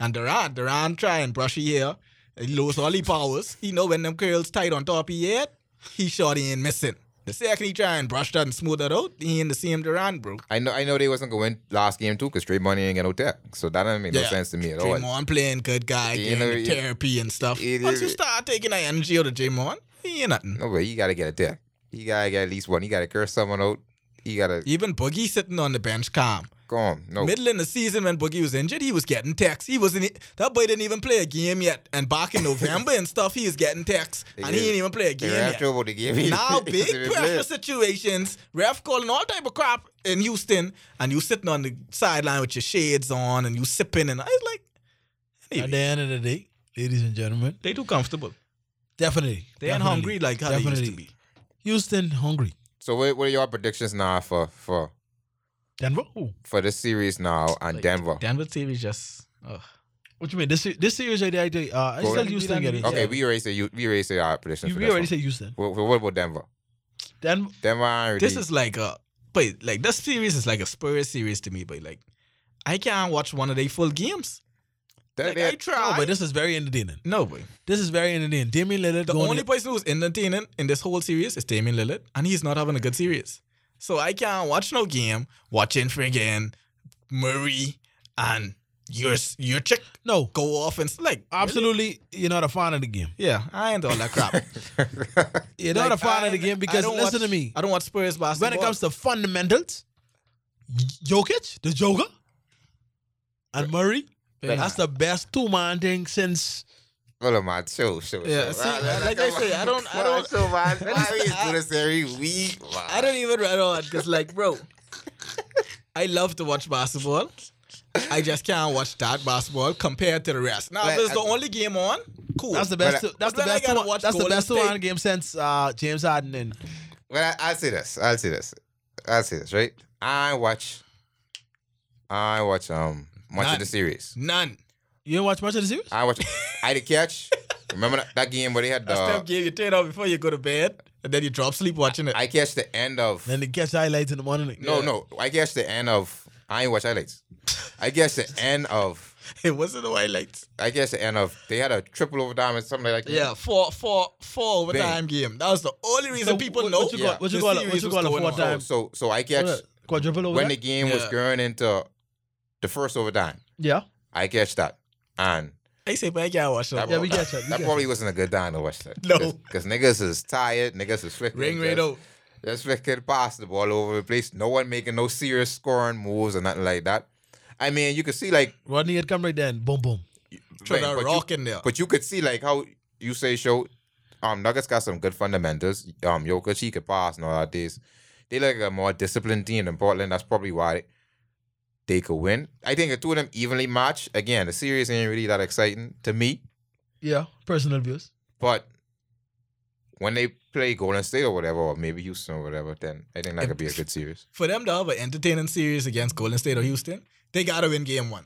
Speaker 3: And Durant, Durant try and brush his hair. He lose all his powers. He know when them curls tight on top of his head, he short he ain't missing. The second he try and brush that and smooth that out, he ain't the same Durant, bro.
Speaker 2: I know I know they wasn't going to win last game too because Trey Money ain't get no tech. So that doesn't make no
Speaker 3: Yeah.
Speaker 2: sense to me at all.
Speaker 3: Draymond playing good guy,
Speaker 2: You
Speaker 3: getting
Speaker 2: know,
Speaker 3: the
Speaker 2: you-
Speaker 3: therapy and stuff.
Speaker 2: you
Speaker 3: Once
Speaker 2: know-
Speaker 3: you start taking that energy out of Draymond, he ain't nothing.
Speaker 2: No, but you got to get a tech. You got to get at least one. You got to curse someone out. You got to
Speaker 3: Even Boogie sitting on the bench calm.
Speaker 2: calm. No.
Speaker 3: Middle in the season when Boogie was injured, he was getting texts. He wasn't e-, that boy didn't even play a game yet. And back in November and stuff, he was getting texts.
Speaker 2: They
Speaker 3: And
Speaker 2: did.
Speaker 3: he didn't even play a
Speaker 2: They
Speaker 3: game
Speaker 2: were having
Speaker 3: yet.
Speaker 2: trouble to give me.
Speaker 3: Now
Speaker 2: They
Speaker 3: big
Speaker 2: didn't play.
Speaker 3: pressure situations, ref calling all type of crap in Houston, and you sitting on the sideline with your shades on and you sipping and I was like
Speaker 1: At the end of the day, ladies and gentlemen,
Speaker 3: they too comfortable.
Speaker 1: definitely.
Speaker 3: They ain't
Speaker 1: definitely,
Speaker 3: hungry like how they used to be.
Speaker 1: Houston hungry.
Speaker 2: So what, what are your predictions now for for
Speaker 1: Denver? Who?
Speaker 2: for this series now and
Speaker 3: Like,
Speaker 2: Denver?
Speaker 3: Denver series just ugh.
Speaker 1: What you mean? This se- this series right there, I tell you, uh, I
Speaker 2: Golden-
Speaker 1: said Houston getting.
Speaker 2: Okay, we erase the, we erase the, uh, predictions.
Speaker 1: You,
Speaker 2: for
Speaker 1: we
Speaker 2: this
Speaker 1: already
Speaker 2: one.
Speaker 1: said Houston.
Speaker 2: Well, well, what about Denver?
Speaker 1: Denver.
Speaker 2: Denver, I ain't
Speaker 3: This
Speaker 2: really-
Speaker 3: is like a but like this series is like a Spurs series to me, but like I can't watch one of their full games.
Speaker 2: They-
Speaker 3: Like,
Speaker 2: they-
Speaker 3: I try.
Speaker 1: Oh, but this is very entertaining.
Speaker 3: no, boy.
Speaker 1: This is very entertaining. Damian Lillard
Speaker 3: The
Speaker 1: going
Speaker 3: only
Speaker 1: in-
Speaker 3: person who's entertaining in this whole series is Damian Lillard, and he's not having a good series. So I can't watch no game watching friggin' Murray and your your chick
Speaker 1: No,
Speaker 3: go off and s- like
Speaker 1: Uh, absolutely, you're not a fan of the game.
Speaker 3: really? Yeah, I ain't all that crap.
Speaker 1: You're
Speaker 3: Like,
Speaker 1: not a fan
Speaker 3: I-
Speaker 1: of the game
Speaker 3: I
Speaker 1: because
Speaker 3: don't
Speaker 1: listen
Speaker 3: watch-
Speaker 1: to me.
Speaker 3: I don't watch Spurs basketball.
Speaker 1: When it comes to fundamentals, Jokic, the Joker, and Murray,
Speaker 2: Like-
Speaker 1: that's the best two man thing since.
Speaker 2: Hold on, man. Show, show.
Speaker 3: Yeah,
Speaker 2: show.
Speaker 3: see, like I say, I don't- I don't-
Speaker 2: Show, man. Why
Speaker 3: just-
Speaker 2: we do
Speaker 3: I-
Speaker 2: this every week? man?
Speaker 3: I don't even read on because, like, bro, I love to watch basketball. I just can't watch that basketball compared to the rest. Now,
Speaker 2: Well,
Speaker 3: if it's the
Speaker 2: I-
Speaker 3: only game on, cool.
Speaker 1: That's the best.
Speaker 2: But-
Speaker 1: two, that's the
Speaker 3: but then I
Speaker 1: best. Two,
Speaker 3: gotta
Speaker 1: man-
Speaker 3: watch
Speaker 1: that's the
Speaker 3: Golden
Speaker 1: best two man
Speaker 3: State.
Speaker 1: game since uh, James Harden and
Speaker 2: Well, I, I'll say this. I'll say this. I'll say this. Right? I watch. I watch um much of
Speaker 3: None.
Speaker 2: the series.
Speaker 3: None.
Speaker 1: you didn't watch much of the series.
Speaker 2: I watch. I did catch. Remember that, that game where they had
Speaker 3: That Steph
Speaker 2: the.
Speaker 3: game you turn off before you go to bed, and then you drop sleep watching it.
Speaker 2: I catch the end of.
Speaker 1: Then they catch highlights in the morning.
Speaker 2: No, no. I catch the end of. I ain't watch highlights. I guess the end of.
Speaker 3: it wasn't the highlights.
Speaker 2: I guess the end of. They had a triple overtime or something like that.
Speaker 3: Yeah, four, four, four overtime game. That was the only reason
Speaker 1: So
Speaker 3: people
Speaker 1: what-
Speaker 3: know.
Speaker 1: what you
Speaker 2: call-
Speaker 1: what you
Speaker 3: the
Speaker 1: call it- what
Speaker 3: series
Speaker 1: you
Speaker 3: was
Speaker 1: call it,
Speaker 3: going
Speaker 1: four
Speaker 3: on.
Speaker 1: time?
Speaker 2: Oh, So so
Speaker 1: What
Speaker 2: I
Speaker 1: Oh,
Speaker 2: catch
Speaker 1: is it? quadruple over.
Speaker 2: when the game was
Speaker 3: Yeah.
Speaker 2: going into the first overtime.
Speaker 1: yeah,
Speaker 2: I catch that. And
Speaker 3: I say, but I can't watch
Speaker 2: that,
Speaker 3: that.
Speaker 1: Yeah,
Speaker 2: prob-
Speaker 1: we catch that, we
Speaker 2: that
Speaker 1: catch
Speaker 2: probably wasn't a good time to watch that.
Speaker 3: No.
Speaker 2: Because niggas is tired. Niggas is flicking.
Speaker 3: Ring oh,
Speaker 2: just-
Speaker 3: rate out.
Speaker 2: Just flicking past the ball over the place. No one making no serious scoring moves or nothing like that. I mean, you could see like
Speaker 1: Rodney had come right then. Boom, boom.
Speaker 3: Throw
Speaker 2: Right,
Speaker 3: that
Speaker 2: but
Speaker 3: rock
Speaker 2: you,
Speaker 3: in there.
Speaker 2: But you could see like how you say show. Um, Nuggets got some good fundamentals. Um, Jokic he could pass and all that. This, they like a more disciplined team than Portland. That's probably why they could win. I think the two of them evenly matched. Again, the series ain't really that exciting to me.
Speaker 1: Yeah, personal views.
Speaker 2: But when they play Golden State or whatever, or maybe Houston or whatever, then I think that could be a good series.
Speaker 3: for them to have an entertaining series against Golden State or Houston, they gotta win game one.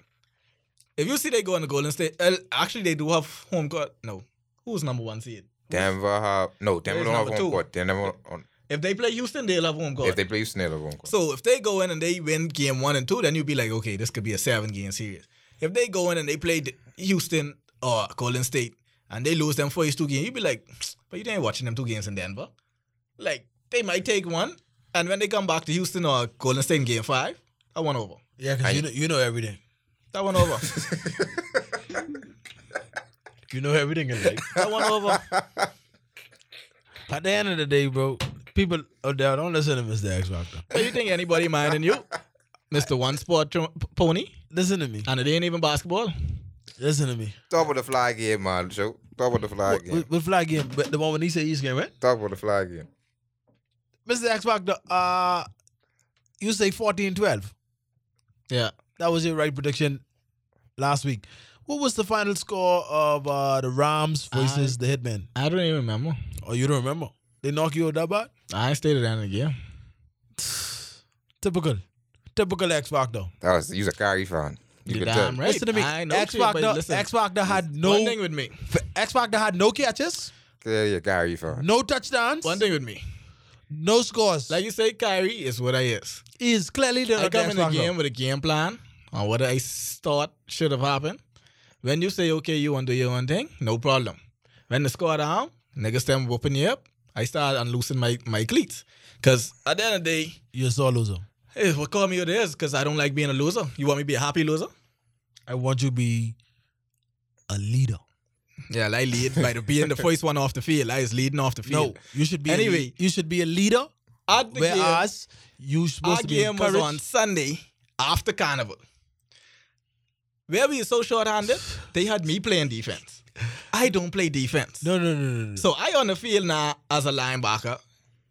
Speaker 3: If you see they go into Golden State, uh, actually they do have home court. No, who's number one seed?
Speaker 2: Denver have no. Denver
Speaker 3: There's
Speaker 2: don't have
Speaker 3: number
Speaker 2: home
Speaker 3: two.
Speaker 2: court. Denver on,
Speaker 3: If they play Houston, they'll have home court.
Speaker 2: if they play Houston, they have home court.
Speaker 3: so if they go in and they win game one and two, then you'll be like, okay, this could be a seven game series. If they go in and they play D- Houston or Golden State and they lose them first two games, you'll be like, but you ain't watching them two games in Denver. Like they might take one, and when they come back to Houston or Golden State in game five, I won over.
Speaker 1: Yeah,
Speaker 2: I-
Speaker 1: because you know you know everything.
Speaker 3: That one over.
Speaker 1: You know everything in life.
Speaker 3: that one over.
Speaker 1: At the end of the day, bro, people out there don't listen to Mr. X Factor.
Speaker 3: Do you think anybody minding you, Mister One Sport tro- p- Pony?
Speaker 1: Listen to me.
Speaker 3: And it ain't even basketball.
Speaker 1: Listen to me.
Speaker 2: Top of the fly game, man. Show top of the fly game.
Speaker 1: With, with flag game, but the one when he said East game, right?
Speaker 2: Talk about the fly game.
Speaker 1: Mr. X Factor, uh, you say 14 12.
Speaker 3: Yeah.
Speaker 1: That was your right prediction last week. What was the final score of uh, the Rams versus the Hitmen?
Speaker 3: I don't even remember.
Speaker 1: Oh, you don't remember? They knock you out that bad?
Speaker 3: I stayed at the end of the game.
Speaker 1: Typical. Typical X Factor.
Speaker 2: That was you was a Kyrie fan. You
Speaker 3: You're
Speaker 2: could
Speaker 3: damn
Speaker 2: tell.
Speaker 3: right.
Speaker 1: Listen to me.
Speaker 3: I know
Speaker 1: X
Speaker 3: shit, but
Speaker 1: Factor.
Speaker 3: listen.
Speaker 1: X Factor had
Speaker 3: One
Speaker 1: no.
Speaker 3: thing with me.
Speaker 1: X Factor had no catches,
Speaker 2: Clearly a Kyrie fan.
Speaker 1: no touchdowns,
Speaker 3: One thing with me.
Speaker 1: no scores.
Speaker 3: Like you say, Kyrie is what I is.
Speaker 1: is clearly the
Speaker 3: I
Speaker 1: the
Speaker 3: come
Speaker 1: X
Speaker 3: in the
Speaker 1: Factor.
Speaker 3: game with a game plan on what I s- thought should have happened. When you say, okay, you want to do your own thing, no problem. When the score down, niggas them whooping you up, I start unloosing my, my cleats. Because at the end of the day,
Speaker 1: You're a sore loser.
Speaker 3: hey, what call me what it is, because I don't like being a loser. You want me to be a happy loser?
Speaker 1: I want you to be a leader.
Speaker 3: Yeah, like lead by the, being the first one off the field. I is leading off the
Speaker 1: No,
Speaker 3: field.
Speaker 1: you should be A,
Speaker 3: Anyway.
Speaker 1: lea- you should be a leader.
Speaker 3: At the game,
Speaker 1: Whereas you supposed
Speaker 3: our
Speaker 1: to be
Speaker 3: game was
Speaker 1: encouraged.
Speaker 3: on Sunday after Carnival. Where we so short-handed, they had me playing defense. I don't play defense.
Speaker 1: No, no, no, no, no.
Speaker 3: So I on the field now as a linebacker.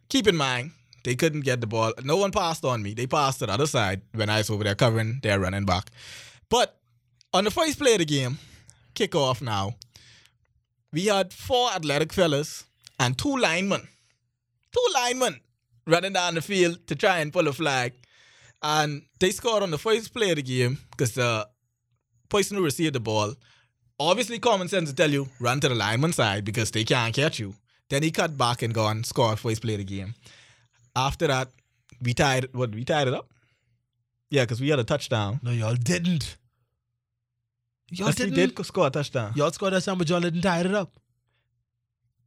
Speaker 3: Keep in mind, they couldn't get the ball. No one passed on me. They passed to the other side when I was over there covering their running back. But on the first play of the game, kickoff now, we had four athletic fellas and two linemen. Two linemen running down the field to try and pull a flag. And they scored on the first play of the game because the person who received the ball obviously common sense will tell you run to the lineman side because they can't catch you. Then he cut back and gone scored first play of the game. After that, we tied what we tied it up. Yeah, because we had a touchdown.
Speaker 1: no, y'all didn't. Y'all
Speaker 3: Yes, we
Speaker 1: didn't.
Speaker 3: did score a touchdown.
Speaker 1: Y'all scored that time, but y'all didn't tie it up.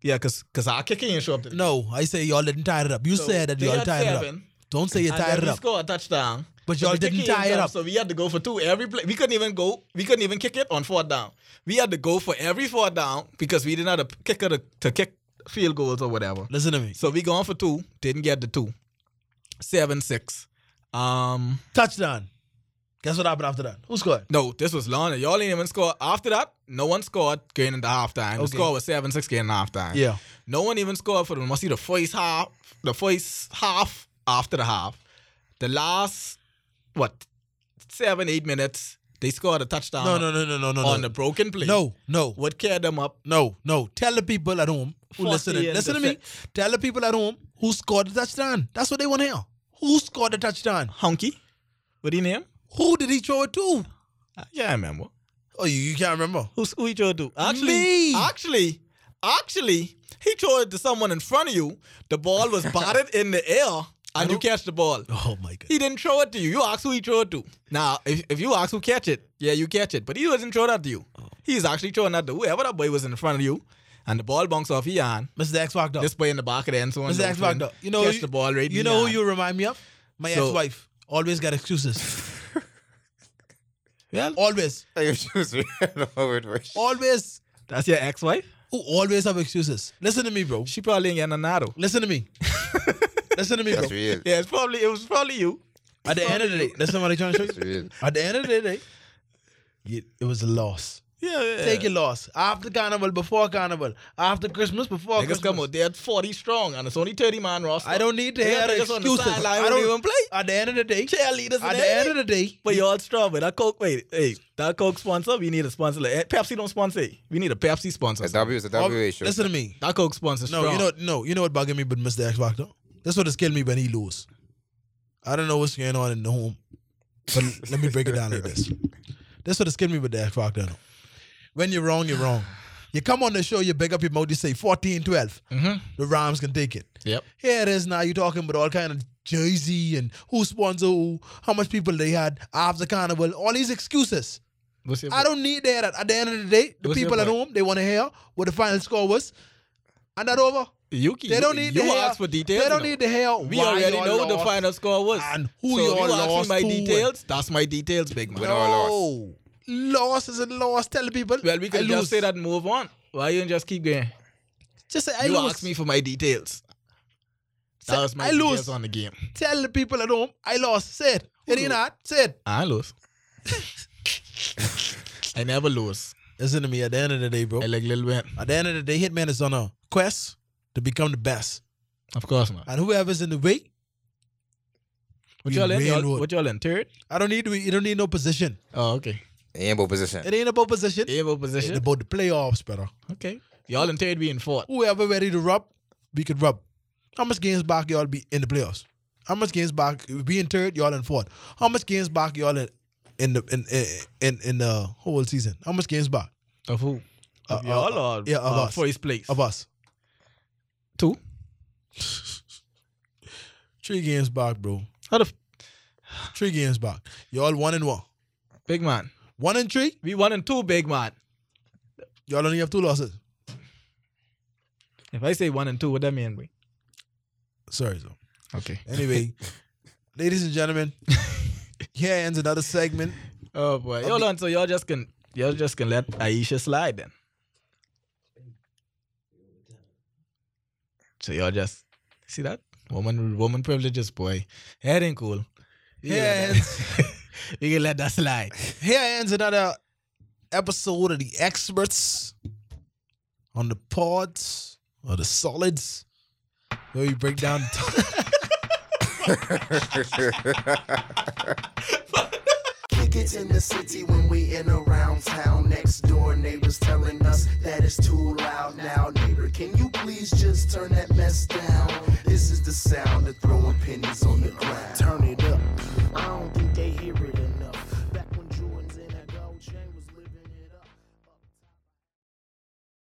Speaker 3: Yeah, because because our kicking didn't show up. to the-
Speaker 1: No, I say y'all didn't tie it up. You
Speaker 3: So
Speaker 1: said that
Speaker 3: they
Speaker 1: y'all
Speaker 3: had
Speaker 1: tied it up.
Speaker 3: seven,
Speaker 1: Don't say you
Speaker 3: and
Speaker 1: tied
Speaker 3: then
Speaker 1: it
Speaker 3: we
Speaker 1: up.
Speaker 3: scored a touchdown.
Speaker 1: But y'all
Speaker 3: the
Speaker 1: didn't
Speaker 3: kicking
Speaker 1: tie it
Speaker 3: didn't come,
Speaker 1: up.
Speaker 3: So we had to go for two every play. We couldn't even go. We couldn't even kick it on fourth down. We had to go for every fourth down because we didn't have a kicker to, to kick field goals or whatever.
Speaker 1: Listen to me.
Speaker 3: So we going for two. Didn't get the two. Seven six. Um,
Speaker 1: Touchdown. Guess what happened after that? Who scored?
Speaker 3: no, this was long. Y'all ain't even score. After that, no one scored going into halftime. The
Speaker 1: Okay.
Speaker 3: score was seven six going into halftime.
Speaker 1: Yeah.
Speaker 3: No one even scored for the must see the first half. The first half after the half. The last what seven, eight minutes, they scored a touchdown
Speaker 1: No, no, no, no, no, no.
Speaker 3: on
Speaker 1: no.
Speaker 3: the broken play.
Speaker 1: no, no,
Speaker 3: What carried them up?
Speaker 1: no, no. Tell the people at home who
Speaker 3: 40
Speaker 1: listen.
Speaker 3: and
Speaker 1: Listen to
Speaker 3: the
Speaker 1: me. Tell the people at home who scored the touchdown. That's what they want to hear. Who scored the touchdown?
Speaker 3: Honky? What do you name?
Speaker 1: Who did he throw it to? Uh,
Speaker 3: Yeah, I remember.
Speaker 1: Oh, you, you can't remember.
Speaker 3: Who's who he tried to do? Actually,
Speaker 1: Me.
Speaker 3: actually, actually, he threw it to someone in front of you. The ball was batted in the air, and you catch the ball.
Speaker 1: Oh my god.
Speaker 3: He didn't throw it to you. You ask who he threw it to. Now, if, if you ask who catch it, yeah, you catch it. But he wasn't throwing that to you.
Speaker 1: Oh.
Speaker 3: He's actually throwing that to whoever that boy was in front of you, and the ball bounces off your hand.
Speaker 1: Mr. X Factor.
Speaker 3: This boy in the back of the end zone.
Speaker 1: Mr. Oh. X Factor.
Speaker 3: Dolphin,
Speaker 1: You know
Speaker 3: catch
Speaker 1: you-
Speaker 3: the ball right. in
Speaker 1: You
Speaker 3: the
Speaker 1: know who
Speaker 3: hand.
Speaker 1: you remind me of? My
Speaker 3: So-
Speaker 1: ex-wife. Always got excuses.
Speaker 3: Well,
Speaker 1: Always.
Speaker 2: Your shoes ran over the first.
Speaker 1: Always.
Speaker 3: that's your ex-wife.
Speaker 1: Who always have excuses. Listen to me, bro.
Speaker 3: She probably ain't getting a narrow.
Speaker 1: Listen to me. listen to me, bro.
Speaker 2: That's real.
Speaker 3: Yeah, it's probably it was probably you.
Speaker 1: At the end of the day, listen to what I'm trying to show
Speaker 2: That's
Speaker 1: you.
Speaker 2: real.
Speaker 1: At the end of the day, you- it was a loss.
Speaker 3: Yeah, yeah.
Speaker 1: Take a loss. After carnival, before carnival. After Christmas, before
Speaker 3: Niggas come
Speaker 1: Christmas.
Speaker 3: out, they're 40 strong, and it's only 30 man roster.
Speaker 1: I don't need to
Speaker 3: They
Speaker 1: hear
Speaker 3: got niggas on the
Speaker 1: excuses.
Speaker 3: sideline
Speaker 1: I
Speaker 3: who
Speaker 1: don't
Speaker 3: even play.
Speaker 1: At the end of the day,
Speaker 3: Cheerleaders
Speaker 1: at
Speaker 3: and
Speaker 1: the end of the day,
Speaker 3: But y'all strong, but that Coke, wait, hey, that Coke sponsor, we need a sponsor. Like, eh, Pepsi don't sponsor. eh. We need a Pepsi sponsor.
Speaker 2: A W is a
Speaker 1: Ob-
Speaker 2: W issue.
Speaker 1: Listen to me.
Speaker 3: That Coke sponsor
Speaker 1: No,
Speaker 3: strong.
Speaker 1: you know, no, you know what bugging me, but Mr. X Factor. That's what has killed me when he lose. I don't know what's going on in the home, but let me break it down like this. That's what has killed me with the X Factor. now. When you're wrong, you're wrong. You come on the show, you big up your mouth, you say 14, 12.
Speaker 3: Mhm.
Speaker 1: The Rams can take it.
Speaker 3: Yep.
Speaker 1: Here it is now. You're talking about all kind of jersey and who sponsor who, how much people they had after carnival, all these excuses.
Speaker 3: What's your
Speaker 1: I don't need to hear that. At the end of the day, the
Speaker 3: What's your
Speaker 1: people at
Speaker 3: point?
Speaker 1: home they want to hear what the final score was, and that over.
Speaker 3: Yuki,
Speaker 1: They
Speaker 3: you-
Speaker 1: don't need
Speaker 3: you
Speaker 1: to hear.
Speaker 3: ask for details.
Speaker 1: They don't
Speaker 3: you know.
Speaker 1: need to hear.
Speaker 3: We
Speaker 1: why
Speaker 3: already
Speaker 1: y'all
Speaker 3: know what the
Speaker 1: lost.
Speaker 3: final score was.
Speaker 1: and who
Speaker 3: so
Speaker 1: y'all
Speaker 3: you ask
Speaker 1: lost
Speaker 3: me my
Speaker 1: to
Speaker 3: details, that's my details, big man.
Speaker 2: Win or loss.
Speaker 1: No, loss is a loss. Tell the people.
Speaker 3: Well, we
Speaker 1: I
Speaker 3: can
Speaker 1: lose.
Speaker 3: just say that and move on. Why you don't just keep going?
Speaker 1: Just say I
Speaker 3: you
Speaker 1: lose.
Speaker 3: asked me for my details. That
Speaker 1: Say,
Speaker 3: was my
Speaker 1: I
Speaker 3: details
Speaker 1: lose.
Speaker 3: on the game.
Speaker 1: Tell the people at home I lost. Say it. It ain't hard. Say it.
Speaker 3: I lose. I never lose.
Speaker 1: Listen to me. At the end of the day, bro.
Speaker 3: I like Lil Wayne.
Speaker 1: At the end of the day, Hitman is on a quest to become the best,
Speaker 3: Of course not.
Speaker 1: and whoever's in the way,
Speaker 3: What
Speaker 1: We
Speaker 3: y'all in? Y'all-
Speaker 1: railroad.
Speaker 3: what y'all in? Third?
Speaker 1: I don't need to. You don't need no position.
Speaker 3: Oh, okay.
Speaker 2: It ain't about position.
Speaker 1: It ain't about position.
Speaker 3: Eight
Speaker 1: It's
Speaker 3: position.
Speaker 1: about the playoffs, brother.
Speaker 3: Okay. Y'all in third being fourth.
Speaker 1: Whoever ready to rub, we could rub. How much games back y'all be in the playoffs? How much games back we in third, y'all in fourth? How much games back y'all in in the in in in, in the whole season? How much games back
Speaker 3: Of who? Of
Speaker 1: Uh,
Speaker 3: y'all
Speaker 1: uh,
Speaker 3: or
Speaker 1: yeah, of
Speaker 3: uh,
Speaker 1: us.
Speaker 3: first place?
Speaker 1: of us?
Speaker 3: Two.
Speaker 1: Three games back, bro.
Speaker 3: How the f-
Speaker 1: Three games back. Y'all one and one.
Speaker 3: big man?
Speaker 1: One and three.
Speaker 3: We one and two, big man.
Speaker 1: Y'all only have two losses.
Speaker 3: If I say one and two, what that mean, boy?
Speaker 1: Sorry, so.
Speaker 3: Okay.
Speaker 1: Anyway, ladies and gentlemen, here ends another segment.
Speaker 3: Oh boy.
Speaker 1: Uh,
Speaker 3: Hold on. So y'all just can y'all just can let Aisha slide then. So y'all just see that
Speaker 4: Woman, woman privileges, boy.
Speaker 3: that ain't cool. You can let that- you can let that slide.
Speaker 1: Here ends another episode of the experts on the pods or the solids, where we break down.
Speaker 5: Kick it in the city when we in around town. Next door neighbors telling us that it's too loud now. Neighbor, can you please just turn that mess down? This is the sound of throwing pennies on the ground. Turn it